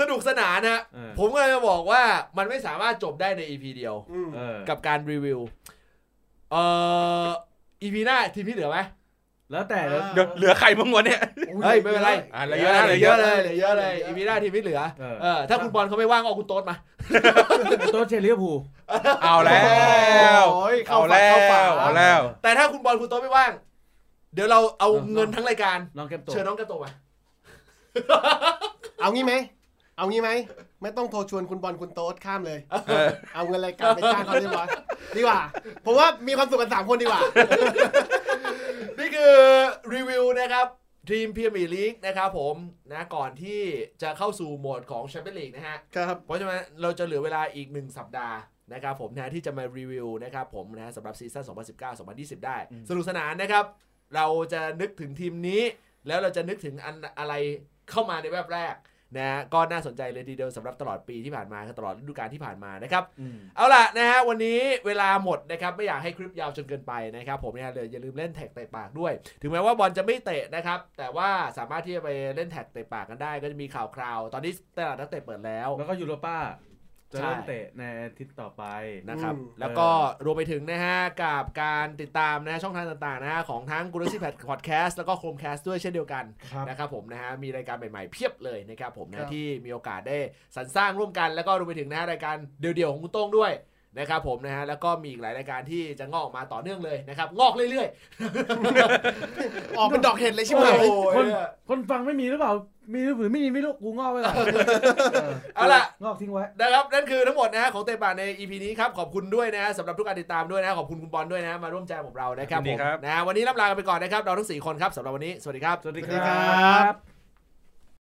[SPEAKER 2] สนุกสนานนะ
[SPEAKER 3] เออ
[SPEAKER 2] ผมก็เลยจะบอกว่ามันไม่สามารถจบได้ใน EP เดียว
[SPEAKER 5] อืม
[SPEAKER 3] เออ
[SPEAKER 2] กับการรีวิว เอ่อ EP หน้าทีมที่เหลือไหม
[SPEAKER 3] แล้วแต่แล้ว
[SPEAKER 4] เดี๋ยวเหลือใครบ้างวะเนี่ย
[SPEAKER 2] เฮ้ยไม่เป็นไร
[SPEAKER 4] อ่ะเหลือเยอะนะเหลือเยอะ
[SPEAKER 2] เลยเหลือเยอะเลย EP หน้าทีมที่เหลือ
[SPEAKER 3] เออ
[SPEAKER 2] เออถ้าคุณบอลเขาไม่ว่างก็เอาคุณโต๊ดมา
[SPEAKER 3] โต๊ะเชียร์ลิเวอร์พูล
[SPEAKER 4] เอาแล้ว
[SPEAKER 5] โอ้ยเข้า
[SPEAKER 4] เอา
[SPEAKER 5] ฝัก
[SPEAKER 4] แล้ว
[SPEAKER 5] เข้าฝา
[SPEAKER 4] เอาแล้ว
[SPEAKER 2] แต่ถ้าคุณบอลคุณโต๊ดไม่ว่าง เดี๋ยวเราเอาเงินทั้งรายการ
[SPEAKER 3] น้องแก้มโต
[SPEAKER 2] เชิญน้องกระโตมา
[SPEAKER 5] เอางี้ไหม เอางี้ไหม ไม่ต้องโทรชวนคุณบอลคุณโต๊ดข้ามเลย
[SPEAKER 4] เออ
[SPEAKER 5] เอาเงินรายการไปจ้างเขาเรียบร้อยดีกว่า ผมว่ามีความสุขกันสามคนดีกว่า
[SPEAKER 2] นี่คือรีวิวนะครับทีมพรีเมียร์ลีกนะครับผมนะก่อนที่จะเข้าสู่โหมดของแชมเปี้ยนลีกนะฮะ
[SPEAKER 5] ครับ
[SPEAKER 2] เพราะฉะนั้นเราจะเหลือเวลาอีก 1 สัปดาห์นะครับผมนะที่จะมารีวิวนะครับผมนะสำหรับซีซั่น2019-2020 ได้ สนุกสนานนะครับ เราจะนึกถึงทีมนี้ แล้วเราจะนึกถึงอันอะไรเข้ามาในแวบแรกนะฮะก็น่าสนใจเลยทีเดียวสำหรับตลอดปีที่ผ่านมาตลอดฤดูกาลที่ผ่านมานะครับ
[SPEAKER 3] อืม
[SPEAKER 2] เอาล่ะนะฮะวันนี้เวลาหมดนะครับไม่อยากให้คลิปยาวจนเกินไปนะครับผมเนี่ยเลยอย่าลืมเล่นแท็กเตะปากด้วย ถึงแม้ว่าบอลจะไม่เตะนะครับ แต่ว่าสามารถที่จะไปเล่นแท็กเตะปากกันได้ ก็จะมีข่าวคราว ตอนนี้ตลาดนักเตะเปิดแล้ว
[SPEAKER 3] แล้วก็ยูโรป้าจะ
[SPEAKER 2] ใช่
[SPEAKER 3] เริ่มเตะในอาทิตย์ต่อไป
[SPEAKER 2] นะครับ
[SPEAKER 5] อืม
[SPEAKER 2] แล้วก็รวมไปถึงนะฮะกับการติดตามนะฮะช่องทางต่างๆนะฮะของทั้งกูรูซี่แพดพอดแคสต์แล้วก็โคมแคสต์ด้วยเช่นเดียวกัน
[SPEAKER 3] ครับ
[SPEAKER 2] นะครับผมนะฮะมีรายการใหม่ๆเพียบเลยนะครับผม
[SPEAKER 5] ครั
[SPEAKER 2] นะ
[SPEAKER 5] บ
[SPEAKER 2] ที่มีโอกาสได้สรรสร้างร่วมกัน แล้วก็รวมไปถึงนะฮะรายการเดี่ยวๆของคุณโต้งด้วยนะครับผมนะฮะแล้วก็มีอีกหลายรายการที่จะงอกออกมาต่อเนื่องเลยนะครับงอกเรื่อย
[SPEAKER 5] ออกเป็นดอกเห็ดเล
[SPEAKER 2] ๆ
[SPEAKER 5] ยใช่ไหม
[SPEAKER 3] คน คนฟังไม่มีหรือเปล่า มีหรือไม่มีไม่รู้กูงอกไว้ก่อนเออ
[SPEAKER 2] เอาล่ะ
[SPEAKER 3] งอกทิ้งไว้
[SPEAKER 2] นะครับนั่นคือทั้งหมดนะฮะของเตะปากใน EP นี้ครับขอบคุณด้วยนะฮะสำหรับทุกการติดตามด้วยนะฮะขอบคุณคุณบอลด้วยนะฮะมาร่วมแจมกับเรานะครับ
[SPEAKER 4] ยิ
[SPEAKER 2] ผ
[SPEAKER 4] นดี
[SPEAKER 2] ม
[SPEAKER 4] ครับ
[SPEAKER 2] นะฮะวันนี้ล่ำลากันไปก่อนนะครับเราทั้งสี่คนครับสำหรับวันนี้สวัสดีครับ
[SPEAKER 3] สวัสดี
[SPEAKER 5] สวั
[SPEAKER 3] ค
[SPEAKER 5] สดี
[SPEAKER 3] ร
[SPEAKER 5] ครั
[SPEAKER 3] ั
[SPEAKER 5] บ
[SPEAKER 3] บ